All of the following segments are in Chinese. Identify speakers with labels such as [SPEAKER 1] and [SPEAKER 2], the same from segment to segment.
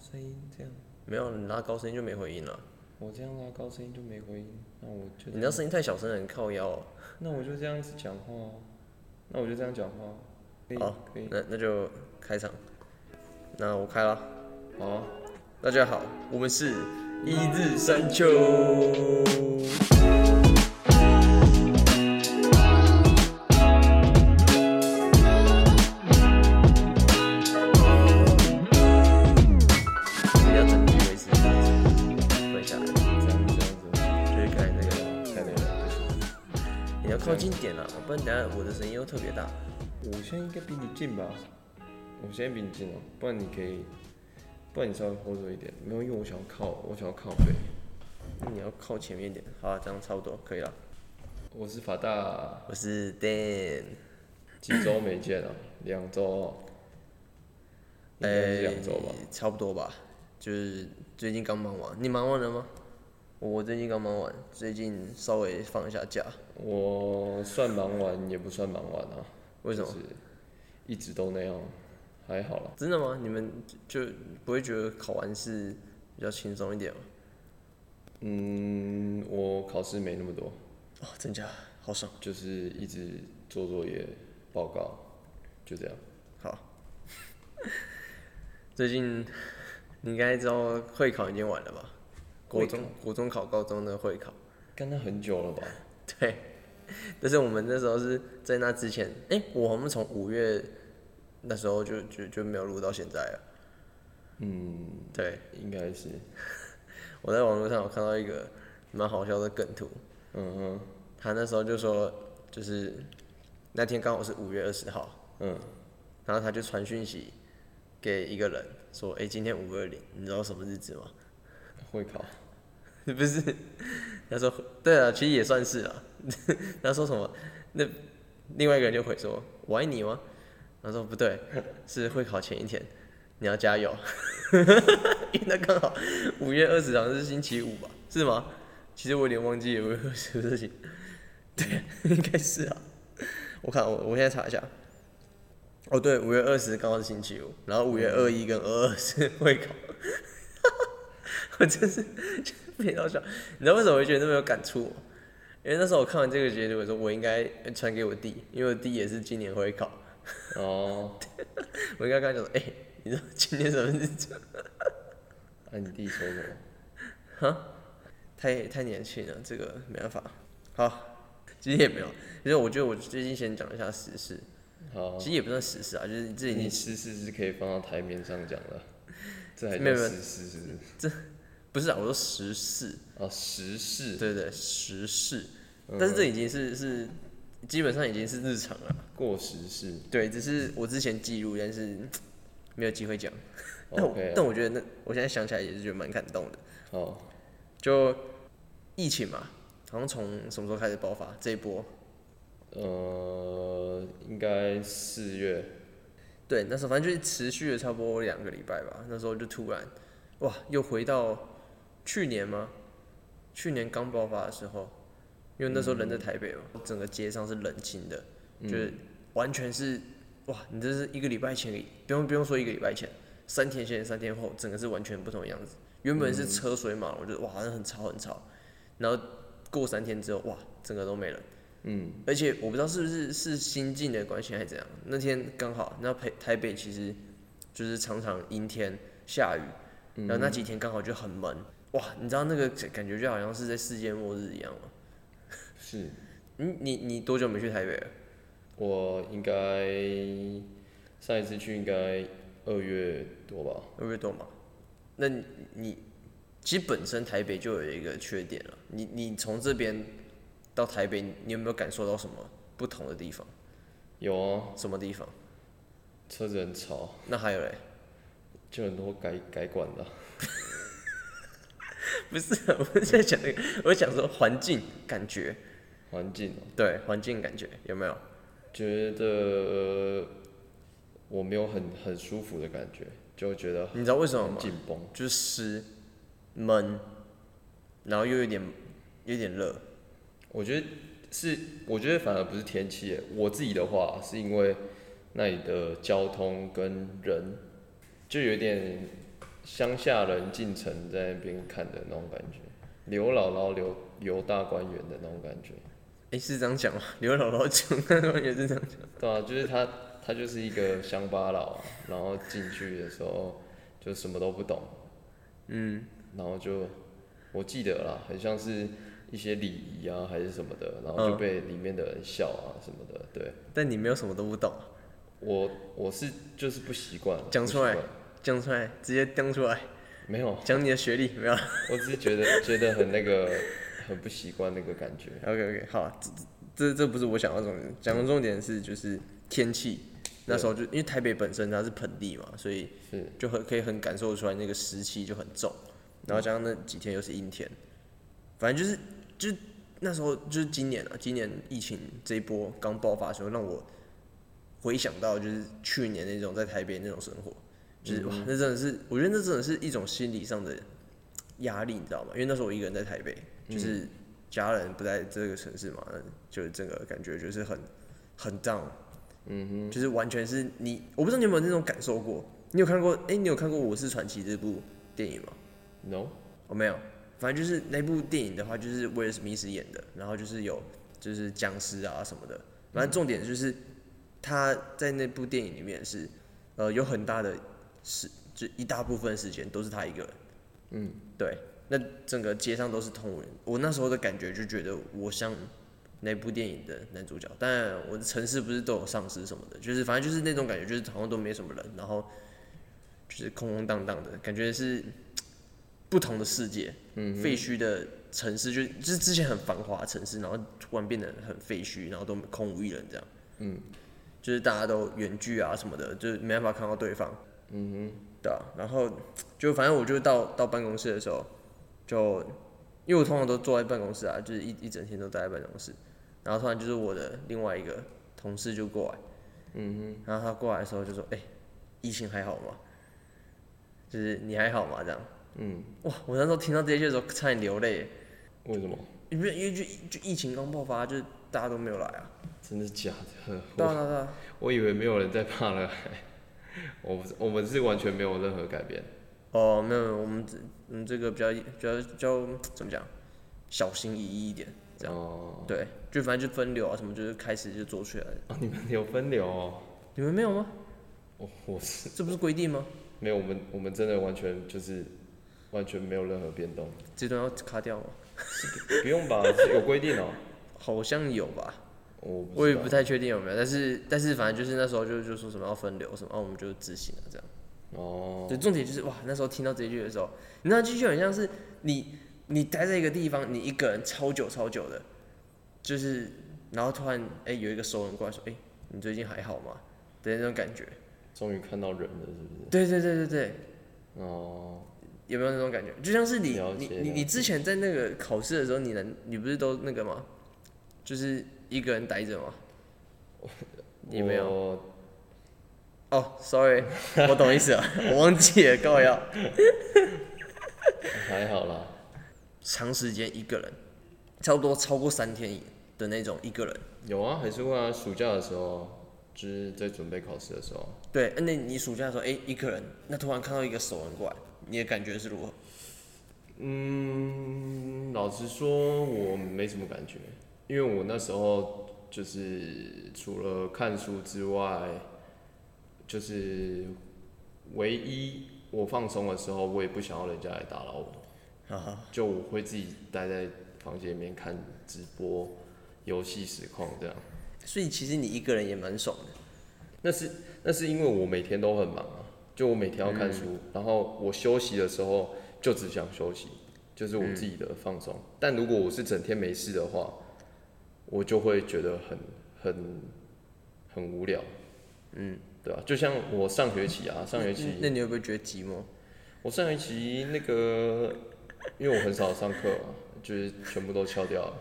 [SPEAKER 1] 声音这样，
[SPEAKER 2] 没有，你拉高声音就没回音了。
[SPEAKER 1] 我这样拉高声音就没回音，那我就
[SPEAKER 2] 你那声音太小声了，你靠腰哦、
[SPEAKER 1] 那我就这样子讲话啊，那我就这样讲话啊，可以
[SPEAKER 2] 好
[SPEAKER 1] 可以，
[SPEAKER 2] 那那就开场，那我开了。
[SPEAKER 1] 好啊，
[SPEAKER 2] 大家好，我们是一日三秋。要整体维持这样子跪下来，
[SPEAKER 1] 这样这样
[SPEAKER 2] 就是开那个，
[SPEAKER 1] 子，太累了，
[SPEAKER 2] 你要靠近点啊，不然等下我的声音又特别大。
[SPEAKER 1] 我现在应该比你近吧？我现在比你近哦，不然你可以，不然你稍微 hold 住一点，没有，因为我想要靠，我想要靠背。
[SPEAKER 2] 你要靠前面一点，好、啊，这样差不多可以了。
[SPEAKER 1] 我是法大，
[SPEAKER 2] 我是 Dan，
[SPEAKER 1] 几周没见了，两周哦，应该是两周吧。
[SPEAKER 2] 诶哎差不多吧，就是最近刚忙完，你忙完了吗？我最近刚忙完，最近稍微放一下假，
[SPEAKER 1] 我算忙完也不算忙完啊，
[SPEAKER 2] 为什
[SPEAKER 1] 就
[SPEAKER 2] 么？
[SPEAKER 1] 是一直都那样，还好啦。
[SPEAKER 2] 真的吗？你们就就不会觉得考完试比较轻松一点吗？
[SPEAKER 1] 嗯，我考试没那么多，
[SPEAKER 2] 哦，真假，好爽。
[SPEAKER 1] 就是一直做作业、报告，就这样。
[SPEAKER 2] 好， 最近你应该知道会考已经完了吧？国
[SPEAKER 1] 会考
[SPEAKER 2] 中、国中考、高中的会考，
[SPEAKER 1] 干那很久了吧？
[SPEAKER 2] 对。但是我们那时候是在那之前，哎、我好像从五月那时候就就就没有录到现在了。
[SPEAKER 1] 嗯，
[SPEAKER 2] 对，
[SPEAKER 1] 应该是。
[SPEAKER 2] 我在网络上有看到一个蛮好笑的梗图，
[SPEAKER 1] 嗯哼，
[SPEAKER 2] 他那时候就说，就是那天刚好是五月二十号，
[SPEAKER 1] 嗯，
[SPEAKER 2] 然后他就传讯息给一个人说：“哎、今天五二零，你知道什么日子吗？”
[SPEAKER 1] 会考。
[SPEAKER 2] 不是，他说：“对啊，其实也算是啊。” 他说什么？那另外一个人就回说：“我爱你吗？”他说：“不对，是会考前一天，你要加油。” 因为那刚好五月二十好像是星期五吧？是吗？其实我有点忘记有没有什么事情。对，应该是啊。我看我我现在查一下。哦，对，五月二十刚好是星期五，然后五月二一跟二二是会考。 我真是 非常笑，你知道为什么我会觉得那么有感触吗？因为那时候我看完这个结局，我说我应该传给我弟，因为我弟也是今年会考，
[SPEAKER 1] 哦，
[SPEAKER 2] 我应该跟他讲说，哎、你知道今年什么日子吗？
[SPEAKER 1] 那、啊你弟说什么？
[SPEAKER 2] 太太年轻了，这个没办法。好，其实也没有，就是我觉得我最近先讲一下时事，
[SPEAKER 1] 好，
[SPEAKER 2] 其实也不算时事啊，就是这已
[SPEAKER 1] 你
[SPEAKER 2] 经
[SPEAKER 1] 实事是可以放到台面上讲的，这还
[SPEAKER 2] 没
[SPEAKER 1] 叫
[SPEAKER 2] 有没有
[SPEAKER 1] 实事是不是？
[SPEAKER 2] 不是啊，我说时事，
[SPEAKER 1] 啊，实事。
[SPEAKER 2] 对对时事，
[SPEAKER 1] 嗯
[SPEAKER 2] 但是这已经是是基本上已经是日常了，
[SPEAKER 1] 嗯过时事
[SPEAKER 2] 对，只是我之前记录，但是没有机会讲。但我
[SPEAKER 1] ，OK，啊
[SPEAKER 2] 但我觉得那我现在想起来也是觉得蛮感动的。
[SPEAKER 1] 好，
[SPEAKER 2] 就疫情嘛，好像从什么时候开始爆发这一波？
[SPEAKER 1] 呃，应该四月，
[SPEAKER 2] 对，那时候反正就是持续了差不多两个礼拜吧。那时候就突然，哇，又回到去年吗？去年刚爆发的时候，因为那时候人在台北嘛，整个街上是冷清的，就是完全是哇，你这是一个礼拜前，不用不用说一个礼拜前，三天前三天后，整个是完全不同的样子。原本是车水马龙，就是哇，那很吵很吵，然后过三天之后，哇，整个都没人。
[SPEAKER 1] 嗯，
[SPEAKER 2] 而且我不知道是不是是新进的关系还是怎样，那天刚好，那台台北其实就是常常阴天下雨，然后那几天刚好就很闷，哇，你知道那个感觉就好像是在世界末日一样啊吗？
[SPEAKER 1] 是
[SPEAKER 2] 你你你多久没去台北了？
[SPEAKER 1] 我应该上一次去应该二月多吧，
[SPEAKER 2] 会不会多嘛？那你你其实本身台北就有一个缺点了，你你从这边到台北，你有没有感受到什么不同的地方？
[SPEAKER 1] 有啊，
[SPEAKER 2] 什么地方？
[SPEAKER 1] 车子很吵，
[SPEAKER 2] 那还有嘞？
[SPEAKER 1] 就很多改改管的，
[SPEAKER 2] 不是，我是在讲那个，我讲说环境感觉，
[SPEAKER 1] 环境哦、
[SPEAKER 2] 对，环境感觉有没有？
[SPEAKER 1] 觉得我没有很很舒服的感觉，就觉得
[SPEAKER 2] 你知道为什么
[SPEAKER 1] 很
[SPEAKER 2] 吗？
[SPEAKER 1] 紧绷，
[SPEAKER 2] 就是湿、闷，然后又有点有点热，
[SPEAKER 1] 我觉得是，我觉得反而不是天气耶。我自己的话，是因为那里的交通跟人，就有点乡下人进城在那边看的那种感觉，刘姥姥、刘刘大观园的那种感觉。
[SPEAKER 2] 哎，是这样讲吗？ 刘姥姥讲，也是这样讲。
[SPEAKER 1] 对啊，就是他，他就是一个乡巴佬、啊，然后进去的时候就什么都不懂，
[SPEAKER 2] 嗯，
[SPEAKER 1] 然后就我记得啦，很像是一些礼仪啊还是什么的，然后就
[SPEAKER 2] 嗯
[SPEAKER 1] 被里面的人笑啊什么的。对
[SPEAKER 2] 但你没有什么都不懂，
[SPEAKER 1] 我我是就是不习惯了，
[SPEAKER 2] 讲
[SPEAKER 1] 不
[SPEAKER 2] 出
[SPEAKER 1] 习
[SPEAKER 2] 来
[SPEAKER 1] 惯
[SPEAKER 2] 讲出来，直接讲出来，
[SPEAKER 1] 没有，
[SPEAKER 2] 讲你的学历没有
[SPEAKER 1] 我只是觉得 觉得很那个很不习惯那个感觉。
[SPEAKER 2] ？OK OK，好，这这这不是我想要重点，讲的重点是就是天气，那时候就因为台北本身它是盆地嘛，所以
[SPEAKER 1] 是
[SPEAKER 2] 就很可以很感受出来那个湿气就很重，然后加上那几天又是阴天，反正就是就是那时候就是今年啊，今年疫情这一波刚爆发的时候，让我回想到就是去年那种在台北那种生活，
[SPEAKER 1] 嗯
[SPEAKER 2] 就是、哇，那真的是我觉得那真的是一种心理上的压力，你知道吗？因为那时候我一个人在台北，
[SPEAKER 1] 嗯
[SPEAKER 2] 就是家人不在这个城市嘛，那就是整个感觉就是很很 down，
[SPEAKER 1] 嗯哼，
[SPEAKER 2] 就是完全是你，我不知道你有没有那种感受过。你有看过？哎、你有看过《我是传奇》这部电影吗？
[SPEAKER 1] no，
[SPEAKER 2] 我、哦没有，反正就是那部电影的话，就是威尔史密斯演的，然后就是有就是僵尸啊什么的。反正重点就是他在那部电影里面是，呃，有很大的时，就一大部分时间都是他一个人。
[SPEAKER 1] 嗯，
[SPEAKER 2] 对，那整个街上都是同人。我那时候的感觉就觉得我像那部电影的男主角，但我的城市不是都有丧尸什么的，就是反正就是那种感觉，就是好像都没什么人，然后就是空空荡荡的感觉是不同的世界，
[SPEAKER 1] 嗯
[SPEAKER 2] 废墟的城市，就就是之前很繁华的城市，然后突然变得很废墟，然后都空无一人这样。
[SPEAKER 1] 嗯，
[SPEAKER 2] 就是大家都远距啊什么的，就是没办法看到对方。
[SPEAKER 1] 嗯
[SPEAKER 2] 对啊，然后就反正我就到到办公室的时候，就因为我通常都坐在办公室啊，就是一一整天都待在办公室，然后突然就是我的另外一个同事就过来，
[SPEAKER 1] 哼，嗯
[SPEAKER 2] 然后他过来的时候就说：“哎、疫情还好吗？就是你还好吗？”这样，
[SPEAKER 1] 哼，嗯，
[SPEAKER 2] 哇！我那时候听到这些的时候差点流泪，
[SPEAKER 1] 为什么？
[SPEAKER 2] 因为因为就就疫情刚爆发，就是大家都没有来啊，
[SPEAKER 1] 真的假的？
[SPEAKER 2] 对啊对啊对啊，
[SPEAKER 1] 我以为没有人在怕了， 我不是我们是完全没有任何改变。
[SPEAKER 2] 哦，没有没有，我们这我们这个比较比较比较怎么讲，小心翼翼一点。这
[SPEAKER 1] 哦，
[SPEAKER 2] 对，就反正就分流啊什么，就是开始就做出来了。
[SPEAKER 1] 哦，你们有分流哦。
[SPEAKER 2] 你们没有吗？
[SPEAKER 1] 我我是
[SPEAKER 2] 这不是规定吗？
[SPEAKER 1] 没有，我们我们真的完全就是完全没有任何变动，
[SPEAKER 2] 这段要卡掉吗？
[SPEAKER 1] 不用吧？是有规定哦。
[SPEAKER 2] 好像有吧，
[SPEAKER 1] 我不
[SPEAKER 2] 我也
[SPEAKER 1] 知道
[SPEAKER 2] 不太确定有没有，但是但是反正就是那时候就就说什么要分流什么，然、哦后我们就执行了这样。
[SPEAKER 1] 哦，
[SPEAKER 2] 对，重点就是哇，那时候听到这一句的时候，你那句就很像是你你待在一个地方，你一个人超久超久的，就是然后突然哎、有一个熟人过来说，哎、你最近还好吗？的那种感觉。
[SPEAKER 1] 终于看到人了，是不
[SPEAKER 2] 对对对对对，
[SPEAKER 1] 是？哦，
[SPEAKER 2] 有没有那种感觉？就像是你
[SPEAKER 1] 了
[SPEAKER 2] 你
[SPEAKER 1] 解
[SPEAKER 2] 你
[SPEAKER 1] 了
[SPEAKER 2] 你
[SPEAKER 1] 解
[SPEAKER 2] 之前在那个考试的时候，你能你不是都那个吗？就是一个人待着吗？你没有
[SPEAKER 1] 有？
[SPEAKER 2] 哦、s o r r y 我懂意思了，我忘记了，高要
[SPEAKER 1] 还好啦。
[SPEAKER 2] 长时间一个人，差不多超过三天的那种一个人。
[SPEAKER 1] 有啊，还是会啊。暑假的时候，就是在准备考试的时候，
[SPEAKER 2] 对，那你暑假的时候，哎、一个人，那突然看到一个熟人过来，你的感觉是如 何？
[SPEAKER 1] 嗯，老实说，我没什么感觉，因为我那时候就是除了看书之外，就是唯一我放松的时候，我也不想要人家来打扰我，
[SPEAKER 2] 哈哈，
[SPEAKER 1] 就我会自己待在房间里面看直播、游戏实况这样。
[SPEAKER 2] 所以其实你一个人也蛮爽的。
[SPEAKER 1] 那是那是因为我每天都很忙啊，就我每天要看书，然后我休息的时候就只想休息，就是我自己的放松。但如果我是整天没事的话，我就会觉得很很很无聊，
[SPEAKER 2] 嗯，
[SPEAKER 1] 对吧、啊就像我上学期啊，上学期
[SPEAKER 2] 那你会不会觉得寂 寞？
[SPEAKER 1] 我上学期那个，因为我很少上课嘛，就是全部都翘掉了，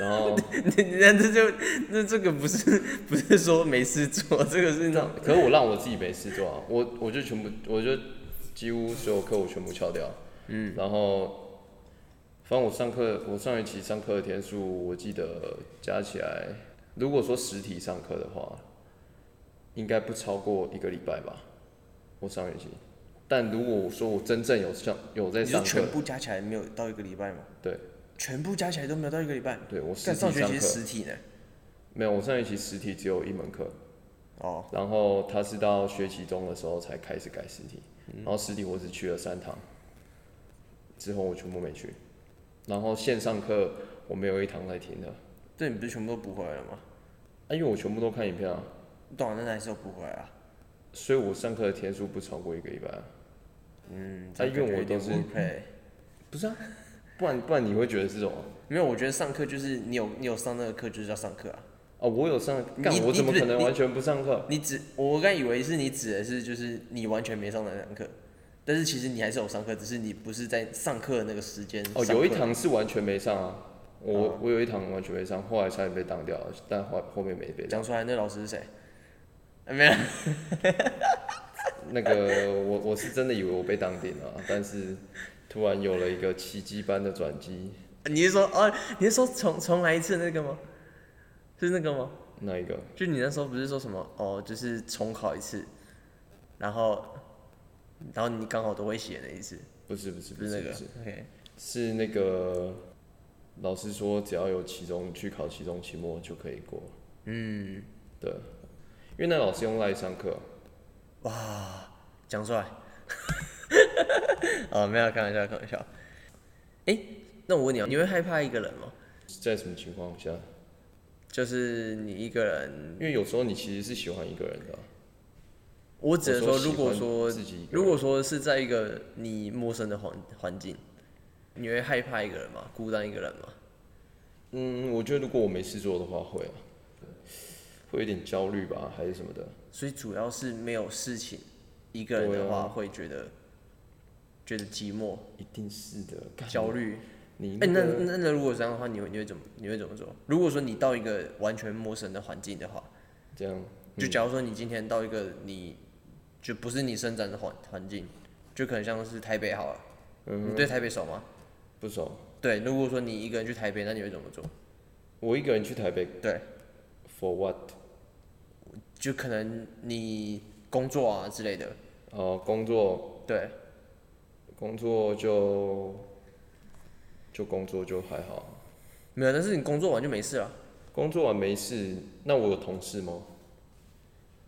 [SPEAKER 1] 然后。
[SPEAKER 2] 那这就那这个不是不是说没事做，这个是那种
[SPEAKER 1] 可是我让我自己没事做啊，我我就全部，我就几乎所有课我全部翘掉，嗯，然后，反正我上课，我上学期上课的天数，我记得加起来，如果说实体上课的话，应该不超过一个礼拜吧，我上学期，但如果我说我真正有上有在
[SPEAKER 2] 你说
[SPEAKER 1] 上课
[SPEAKER 2] 全，部加起来没有到一个礼拜吗？
[SPEAKER 1] 对，
[SPEAKER 2] 全部加起来都没有到一个礼拜。
[SPEAKER 1] 对我实
[SPEAKER 2] 但
[SPEAKER 1] 体
[SPEAKER 2] 上
[SPEAKER 1] 上
[SPEAKER 2] 学期是
[SPEAKER 1] 课
[SPEAKER 2] 实体呢。
[SPEAKER 1] 没有，我上学期实体只有一门课，
[SPEAKER 2] 哦，
[SPEAKER 1] 然后他是到学期中的时候才开始改实体，
[SPEAKER 2] 嗯
[SPEAKER 1] 然后实体我只去了三堂，之后我全部没去，然后线上课我没有一堂在听的，
[SPEAKER 2] 对，你不是全部都补回来了吗？
[SPEAKER 1] 啊，因为我全部都看影片啊，
[SPEAKER 2] 对啊，那还是要补回来啊。
[SPEAKER 1] 所以我上课的天数不超过一个礼拜、啊，
[SPEAKER 2] 嗯，
[SPEAKER 1] 啊因为我都是
[SPEAKER 2] 配。
[SPEAKER 1] 不是啊，不然不然你会觉得是什么？
[SPEAKER 2] 没有，我觉得上课就是你有你有上那个课就是要上课啊。
[SPEAKER 1] 啊，我有上，干
[SPEAKER 2] 你
[SPEAKER 1] 我怎
[SPEAKER 2] 你
[SPEAKER 1] 么
[SPEAKER 2] 不是
[SPEAKER 1] 可能
[SPEAKER 2] 你
[SPEAKER 1] 完全不上课？
[SPEAKER 2] 你指我刚以为是你指的是就是你完全没上那堂课，但是其实你还是有上课，只是你不是在上课的那个时间。
[SPEAKER 1] 哦，
[SPEAKER 2] 上
[SPEAKER 1] 有一
[SPEAKER 2] 课
[SPEAKER 1] 堂是完全没上啊，我、
[SPEAKER 2] 哦
[SPEAKER 1] 我有一堂完全没上，后来差点被挡掉了，但后后面没被挡。
[SPEAKER 2] 讲出来，那老师是谁？啊没有，
[SPEAKER 1] 那个我我是真的以为我被挡顶了啊，但是突然有了一个奇迹般的转机，
[SPEAKER 2] 你是说哦？你是说重重来一次那个吗？是那个吗？
[SPEAKER 1] 那一个
[SPEAKER 2] 就你那时候不是说什么哦，就是重考一次，然后然后你刚好都会写那一次，
[SPEAKER 1] 不是不是
[SPEAKER 2] 不
[SPEAKER 1] 不
[SPEAKER 2] 是
[SPEAKER 1] 是
[SPEAKER 2] 那
[SPEAKER 1] 不
[SPEAKER 2] 个
[SPEAKER 1] 是
[SPEAKER 2] ？OK，
[SPEAKER 1] 是那个老师说只要有期中去考期中期末就可以过，
[SPEAKER 2] 嗯，
[SPEAKER 1] 对，因为那老师用赖上课，
[SPEAKER 2] 讲出来。 哦，没有，开玩笑，开玩笑。哎、那我问你哦，你会害怕一个人吗？
[SPEAKER 1] 在什么情况下？
[SPEAKER 2] 就是你一个人，
[SPEAKER 1] 因为有时候你其实是喜欢一个人的啊，
[SPEAKER 2] 我只能
[SPEAKER 1] 我
[SPEAKER 2] 说，
[SPEAKER 1] 说
[SPEAKER 2] 如果
[SPEAKER 1] 喜欢
[SPEAKER 2] 说
[SPEAKER 1] 自己一个人
[SPEAKER 2] 如果说是在一个你陌生的环环境，你会害怕一个人吗？孤单一个人吗？
[SPEAKER 1] 嗯，我觉得如果我没事做的话会啊，会有点焦虑吧，还是什么的。
[SPEAKER 2] 所以主要是没有事情，一个人
[SPEAKER 1] 对啊
[SPEAKER 2] 的话会觉得、觉得寂寞、
[SPEAKER 1] 一定是的，干
[SPEAKER 2] 焦。虑。
[SPEAKER 1] 你那
[SPEAKER 2] 哎、那
[SPEAKER 1] 个
[SPEAKER 2] 那那如果这样的话，你会你会怎么你会怎么做？如果说你到一个完全陌生的环境的话，
[SPEAKER 1] 这样，
[SPEAKER 2] 就假如说你今天到一个你就不是你生长的环环境，就可能像是台北好了，
[SPEAKER 1] 嗯，
[SPEAKER 2] 你对台北熟吗？
[SPEAKER 1] 不熟。
[SPEAKER 2] 对，如果说你一个人去台北，那你会怎么做？
[SPEAKER 1] 我一个人去台北
[SPEAKER 2] 对，
[SPEAKER 1] for what？
[SPEAKER 2] 就可能你工作啊之类的，
[SPEAKER 1] 哦、工作，
[SPEAKER 2] 对，
[SPEAKER 1] 工作就就工作就还好。
[SPEAKER 2] 没有，但是你工作完就没事了。
[SPEAKER 1] 工作完没事，那我有同事吗？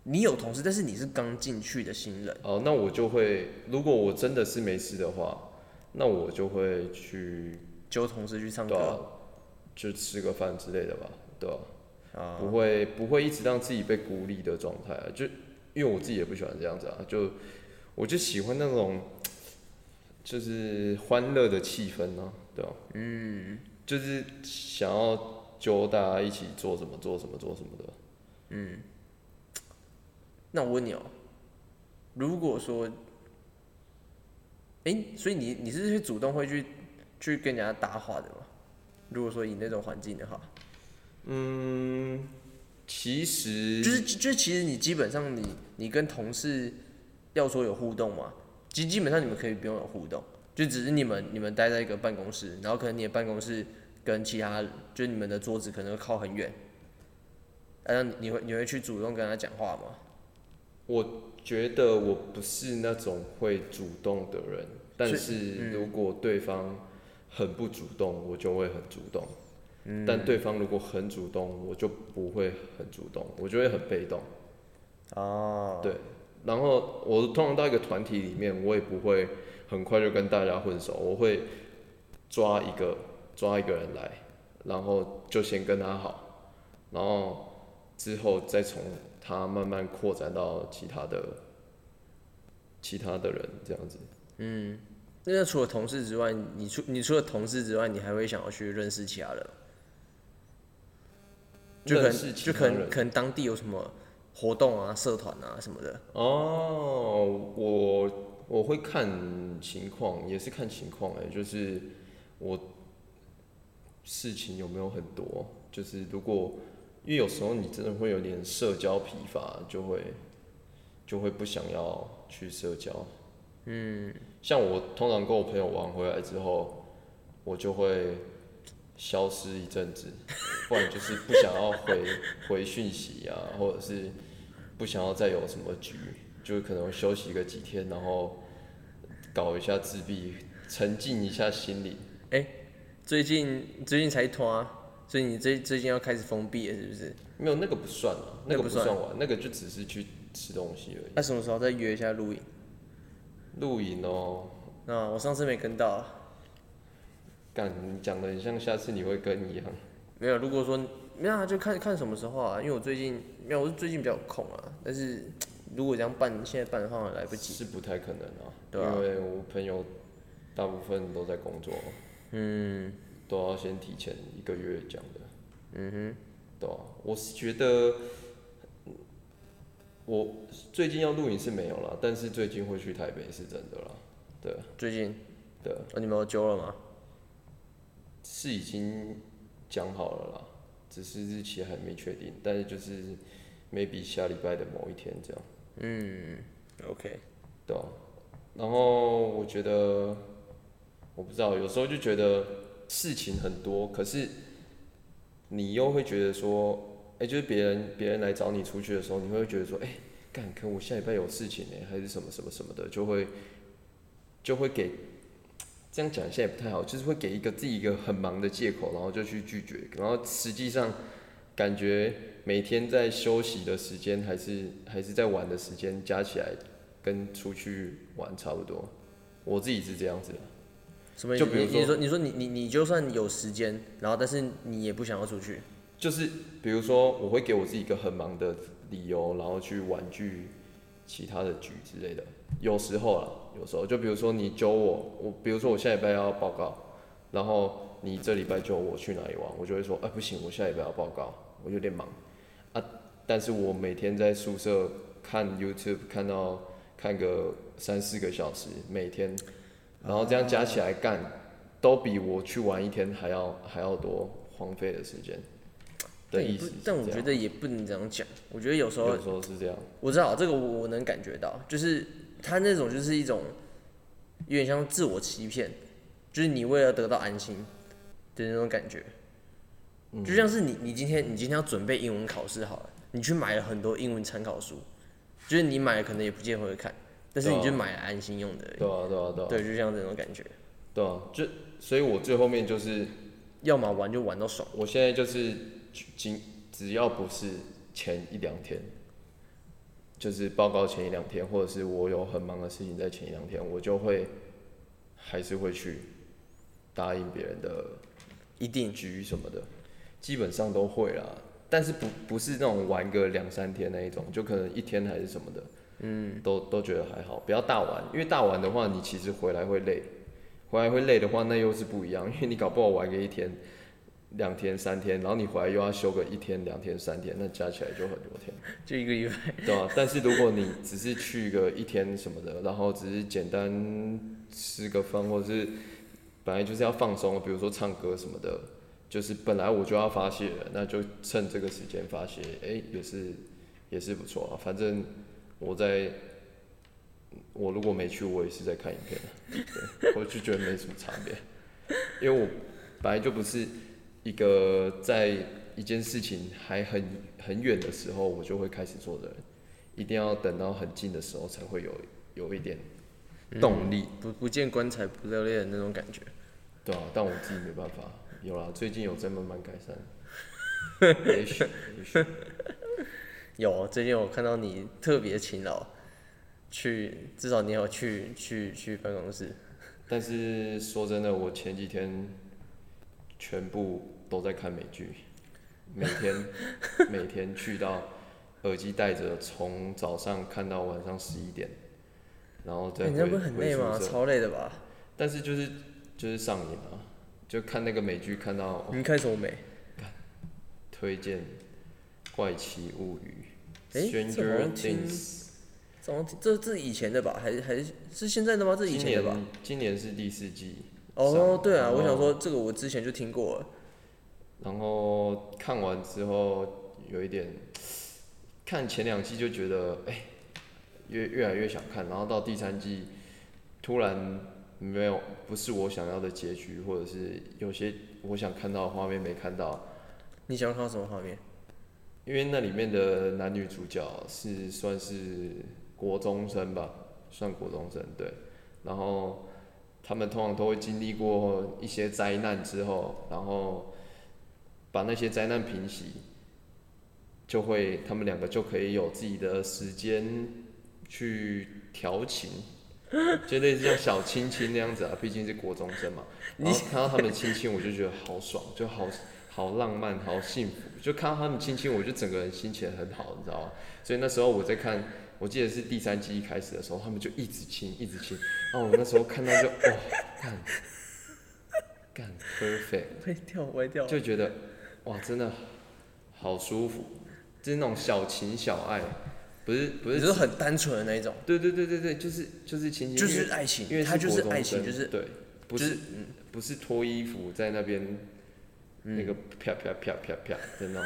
[SPEAKER 2] 你有同事，但是你是刚进去的新人，
[SPEAKER 1] 哦、那我就会，如果我真的是没事的话，那我就会去，
[SPEAKER 2] 揪同事去唱
[SPEAKER 1] 对啊
[SPEAKER 2] 歌，，
[SPEAKER 1] 就吃个饭之类的吧，对啊，
[SPEAKER 2] 啊，
[SPEAKER 1] 不会不会一直让自己被孤立的状态啊，就因为我自己也不喜欢这样子啊，就我就喜欢那种就是欢乐的气氛啊，对啊，嗯，就是想要揪大家一起做什么做什么做什么的，
[SPEAKER 2] 那我问你哦，如果说，哎、所以你你是去主动会去去跟人家搭话的吗？如果说以那种环境的话，
[SPEAKER 1] 嗯，其实
[SPEAKER 2] 就是就是其实你基本上你你跟同事要说有互动嘛，基基本上你们可以不用有互动，就只是你们你们待在一个办公室，然后可能你的办公室跟其他就是你们的桌子可能会靠很远，啊那你你会你会去主动跟他讲话吗？
[SPEAKER 1] 我觉得我不是那种会主动的人，但
[SPEAKER 2] 嗯
[SPEAKER 1] 是如果对方很不主动，我就会很主动。
[SPEAKER 2] 嗯
[SPEAKER 1] 但对方如果很主动，我就不会很主动，我就会很被动。
[SPEAKER 2] 哦，
[SPEAKER 1] 对，然后我通常到一个团体里面，我也不会很快就跟大家混熟，我会抓一个抓一个人来，然后就先跟他好，然后之后再从他慢慢扩展到其他的其他的人这样子。
[SPEAKER 2] 那除了同事之外，你除你除了同事之外，你还会想要去认识其他人吗？就可
[SPEAKER 1] 认识
[SPEAKER 2] 能
[SPEAKER 1] 其
[SPEAKER 2] 就
[SPEAKER 1] 他
[SPEAKER 2] 可
[SPEAKER 1] 人
[SPEAKER 2] 能可能当地有什么活动啊、社团啊什么的。
[SPEAKER 1] 哦，我我会看情况，也是看情况哎、就是我事情有没有很多，就是如果因为有时候你真的会有点社交疲乏，就会就会不想要去社交。嗯，像我通常跟我朋友玩回来之后，我就会消失一阵子，不然就是不想要回回讯息啊，或者是。不想要再有什么局，就是可能休息个几天，然后搞一下自闭，沉浸一下心灵。
[SPEAKER 2] 哎、最近最近才团、啊，所以你最最近要开始封闭了是不是？
[SPEAKER 1] 没有那个不算啊，
[SPEAKER 2] 那
[SPEAKER 1] 那个
[SPEAKER 2] 个不
[SPEAKER 1] 不
[SPEAKER 2] 算
[SPEAKER 1] 算玩，那个就只是去吃东西而
[SPEAKER 2] 那什么时候再约一下录影？
[SPEAKER 1] 已。露营哦，
[SPEAKER 2] 啊，我上次没跟到啊、
[SPEAKER 1] 干你讲的很像下次你会跟一样。
[SPEAKER 2] 没有，如果说没有啊，就看看什么时候啊，因为我最近没有，我是最近比较有空啊。但是如果这样办，现在办的话来不及。
[SPEAKER 1] 是不太可能啊，
[SPEAKER 2] 对啊
[SPEAKER 1] 因为我朋友大部分都在工作，
[SPEAKER 2] 嗯
[SPEAKER 1] 都要先提前一个月讲的，
[SPEAKER 2] 嗯
[SPEAKER 1] 对啊，我是觉得嗯我最近要录影是没有啦，但是最近会去台北是真的啦，对
[SPEAKER 2] 哼，最近
[SPEAKER 1] 对，
[SPEAKER 2] 啊，你们有揪了吗？
[SPEAKER 1] 是已经讲好了啦，只是日期还没确定，但是就是 maybe 下礼拜的某一天这样。
[SPEAKER 2] 嗯，OK，
[SPEAKER 1] 对啊、然后我觉得，我不知道，有时候就觉得事情很多，可是你又会觉得说，哎，就是别人别人来找你出去的时候，你会觉得说，哎，干，可我下礼拜有事情呢，还是什么什么什么的，就会就会给。这样讲现在也不太好，就是会给一个自己一个很忙的借口，然后就去拒绝，然后实际上感觉每天在休息的时间还是还是在玩的时间加起来跟出去玩差不多。我自己是这样子的，
[SPEAKER 2] 什么意思？
[SPEAKER 1] 就比如
[SPEAKER 2] 你你说你说你你你就算有时间，然后但是你也不想要出去，
[SPEAKER 1] 就是比如说我会给我自己一个很忙的理由，然后去婉拒其他的局之类的。有时候啦，有时候就比如说你揪我，我比如说我下礼拜要报告，然后你这礼拜揪我去哪里玩，我就会说，哎、不行，我下礼拜要报告，我有点忙啊。但是我每天在宿舍看 YouTube 看到看个三四个小时，每天，
[SPEAKER 2] 啊
[SPEAKER 1] 然后这样加起来干，都比我去玩一天还要还要多荒废的时间的
[SPEAKER 2] 但也
[SPEAKER 1] 意
[SPEAKER 2] 不
[SPEAKER 1] 思。
[SPEAKER 2] 但我觉得也不能这样讲。我觉得有时候
[SPEAKER 1] 有时候是这样，
[SPEAKER 2] 我知道这个我，我能感觉到，就是他那种就是一种有点像自我欺骗，就是你为了得到安心的那种感觉，
[SPEAKER 1] 嗯
[SPEAKER 2] 就像是你你今天你今天要准备英文考试好了，你去买了很多英文参考书，就是你买了可能也不见得会看，但是
[SPEAKER 1] 对啊
[SPEAKER 2] 你就买了安心用的而已，
[SPEAKER 1] 对啊，对啊，对啊，
[SPEAKER 2] 对，就像这种感觉，
[SPEAKER 1] 对啊，就所以，我最后面就是，
[SPEAKER 2] 要么玩就玩到爽，
[SPEAKER 1] 我现在就是仅只要不是前一两天，就是报告前一两天，或者是我有很忙的事情在前一两天，我就会还是会去答应别人的
[SPEAKER 2] 一定
[SPEAKER 1] 局什么的，基本上都会啦。但是不不是那种玩个两三天那一种，就可能一天还是什么的，嗯，都都觉得还好，不要大玩，因为大玩的话，你其实回来会累，回来会累的话，那又是不一样，因为你搞不好玩个一天、两天、三天，然后你回来又要休个一天、两天、三天，那加起来就很多天。
[SPEAKER 2] 就一个礼拜，
[SPEAKER 1] 对啊，但是如果你只是去个一天什么的，然后只是简单吃个饭，或者是本来就是要放松，比如说唱歌什么的，就是本来我就要发泄了，那就趁这个时间发泄，哎、也是也是不错啊。反正我在，我如果没去，我也是在看影片 的，对，我就觉得没什么差别，因为我本来就不是一个在一件事情还很很远的时候，我就会开始做的人，一定要等到很近的时候才会有有一点
[SPEAKER 2] 嗯
[SPEAKER 1] 动力，
[SPEAKER 2] 不不见棺材不掉泪的那种感觉，
[SPEAKER 1] 对啊，但我自己没办法，有啦，最近有在慢慢改 善，也许也许
[SPEAKER 2] 有，最近我看到你特别勤劳，去至少你有去去去办公室，
[SPEAKER 1] 但是说真的，我前几天全部都在看美剧，每天 每天去到耳机戴着，从早上看到晚上十一点，然后再回、
[SPEAKER 2] 欸你那不是很
[SPEAKER 1] 回
[SPEAKER 2] 累
[SPEAKER 1] 宿
[SPEAKER 2] 吗？
[SPEAKER 1] 舍
[SPEAKER 2] 超累的吧？
[SPEAKER 1] 但是就是就是上瘾啊，就看那个美剧看到、哦
[SPEAKER 2] 你看什么美？
[SPEAKER 1] 推荐《怪奇物语
[SPEAKER 2] 诶》这好
[SPEAKER 1] Stranger
[SPEAKER 2] 像听
[SPEAKER 1] Things，
[SPEAKER 2] 怎么这这是以前的吧？还是还是是现在的吗？这是以
[SPEAKER 1] 今
[SPEAKER 2] 前的吧？
[SPEAKER 1] 年今年是第四季，
[SPEAKER 2] 哦
[SPEAKER 1] 上，
[SPEAKER 2] 对啊，
[SPEAKER 1] 然后
[SPEAKER 2] 我想说这个我之前就听过了。
[SPEAKER 1] 然后看完之后有一点，看前两季就觉得哎、越越来越想看，然后到第三季突然没有不是我想要的结局，或者是有些我想看到的画面没看到，
[SPEAKER 2] 你想要看到什么 画面？
[SPEAKER 1] 因为那里面的男女主角是算是国中生吧，算国中生对。然后他们通常都会经历过一些灾难之后，然后把那些灾难平息，就会他们两个就可以有自己的时间去调情，就类似像小亲亲那样子啊，毕竟是国中生嘛。然后看到他们亲亲，我就觉得好爽，就好好浪漫，好幸福。就看到他们亲亲，我就整个人心情很好，你知道吗？所以那时候我在看，我记得是第三季一开始的时候，他们就一直亲，一直亲。然后我那时候看到就哇，干干 perfect，
[SPEAKER 2] 歪掉歪掉，
[SPEAKER 1] 就觉得哇，真的好舒服，就是那种小情小爱，不是不
[SPEAKER 2] 只
[SPEAKER 1] 是
[SPEAKER 2] 是很单纯的那一种，
[SPEAKER 1] 对对对对对，就是就是亲亲，
[SPEAKER 2] 就是爱情，
[SPEAKER 1] 因为
[SPEAKER 2] 它就是
[SPEAKER 1] 国中
[SPEAKER 2] 爱情，
[SPEAKER 1] 生
[SPEAKER 2] 就是
[SPEAKER 1] 对，不
[SPEAKER 2] 就是
[SPEAKER 1] 是不是脱衣服在那边、
[SPEAKER 2] 嗯
[SPEAKER 1] 那个啪啪啪啪啪的那种，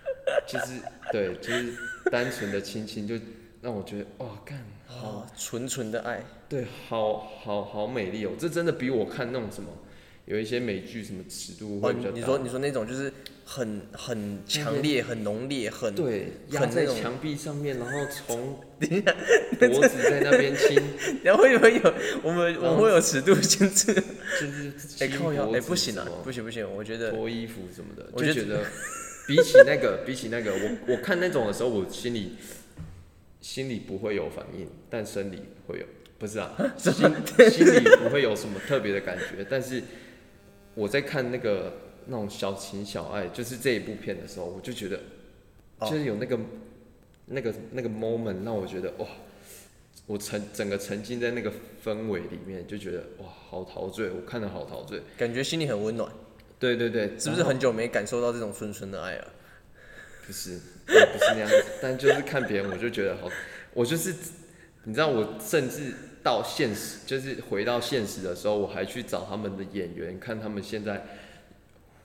[SPEAKER 1] 就是对，就是单纯的亲亲，就让我觉得哇，干好，
[SPEAKER 2] 哦，纯纯的爱，
[SPEAKER 1] 对，好好好美丽哦，这真的比我看那种什么有一些美剧什么尺度
[SPEAKER 2] 哦，
[SPEAKER 1] 会比较大。
[SPEAKER 2] 你你说你说那种就是很很强烈、很浓烈、很
[SPEAKER 1] 对，压
[SPEAKER 2] 很那
[SPEAKER 1] 在
[SPEAKER 2] 种
[SPEAKER 1] 墙壁上面，然后 从脖子在那边亲，
[SPEAKER 2] 然后会不会有我们我们会有尺度限 制？
[SPEAKER 1] 就是
[SPEAKER 2] 哎、
[SPEAKER 1] 亲
[SPEAKER 2] 靠腰，哎、
[SPEAKER 1] 脖子
[SPEAKER 2] 不行啊
[SPEAKER 1] 什么，
[SPEAKER 2] 不行不行，我觉得
[SPEAKER 1] 脱衣服什么的，
[SPEAKER 2] 我
[SPEAKER 1] 就
[SPEAKER 2] 觉
[SPEAKER 1] 觉 得比起那个，比起那个，我我看那种的时候，我心里心里不会有反应，但生理会有，不是 啊，心心里不会有什么特别的感觉，但是我在看那个那种小情小爱，就是这一部片的时候，我就觉得
[SPEAKER 2] 哦
[SPEAKER 1] 就是有那个、那个那个 moment 让我觉得哇。我沉整个沉浸在那个氛围里面，就觉得哇，好陶醉，我看的好陶醉。
[SPEAKER 2] 感觉心里很温暖，
[SPEAKER 1] 对对对，
[SPEAKER 2] 是不是很久没感受到这种纯纯的爱啊了？
[SPEAKER 1] 不是，也不是那样子，但就是看别人，我就觉得好，我就是，你知道，我甚至到现实，就是回到现实的时候，我还去找他们的演员，看他们现在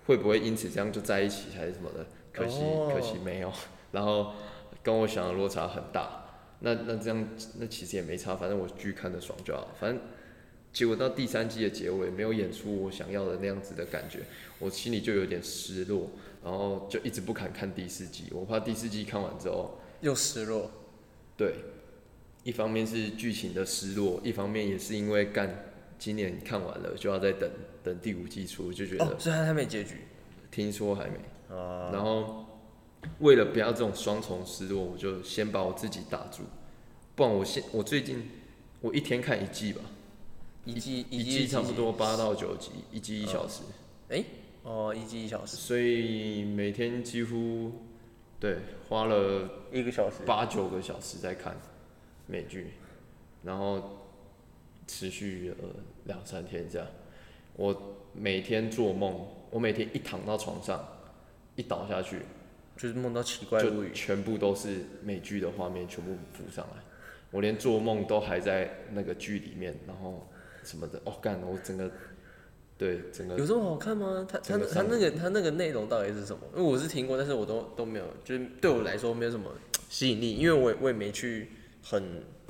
[SPEAKER 1] 会不会因此这样就在一起还是什么的。可惜，
[SPEAKER 2] 哦
[SPEAKER 1] 可惜没有。然后跟我想的落差很大。那那这样，那其实也没差，反正我剧看的爽就好。反正结果到第三季的结尾没有演出我想要的那样子的感觉，我心里就有点失落，然后就一直不敢看第四季，我怕第四季看完之后，
[SPEAKER 2] 又失落，
[SPEAKER 1] 对，一方面是剧情的失落，一方面也是因为干今年看完了就要再等等第五季出，就觉得、
[SPEAKER 2] 哦，所以他还没结局
[SPEAKER 1] 听说还没，
[SPEAKER 2] 啊，
[SPEAKER 1] 然后为了不要这种双重失落，我就先把我自己打住，不然我现我最近我一天看一季吧，
[SPEAKER 2] 一季
[SPEAKER 1] 一
[SPEAKER 2] 季
[SPEAKER 1] 季差不多八到九集，一季一小时，
[SPEAKER 2] 哎，哦，一季一小时，
[SPEAKER 1] 所以每天几乎对花了
[SPEAKER 2] 一个小时
[SPEAKER 1] 八九个小时在看美剧，然后持续呃两三天这样。我每天做梦，我每天一躺到床上，一倒下去，
[SPEAKER 2] 就是梦到奇怪物
[SPEAKER 1] 就
[SPEAKER 2] 语，
[SPEAKER 1] 全部都是美剧的画面，全部浮上来。我连做梦都还在那个剧里面，然后什么的，哦干，我整个对整个
[SPEAKER 2] 有这么好看吗？他他
[SPEAKER 1] 整个
[SPEAKER 2] 他
[SPEAKER 1] 上
[SPEAKER 2] 那个他那个内容到底是什么？因为我是听过，但是我都都没有，就是对我来说没有什么吸引力，因为我也我也没去很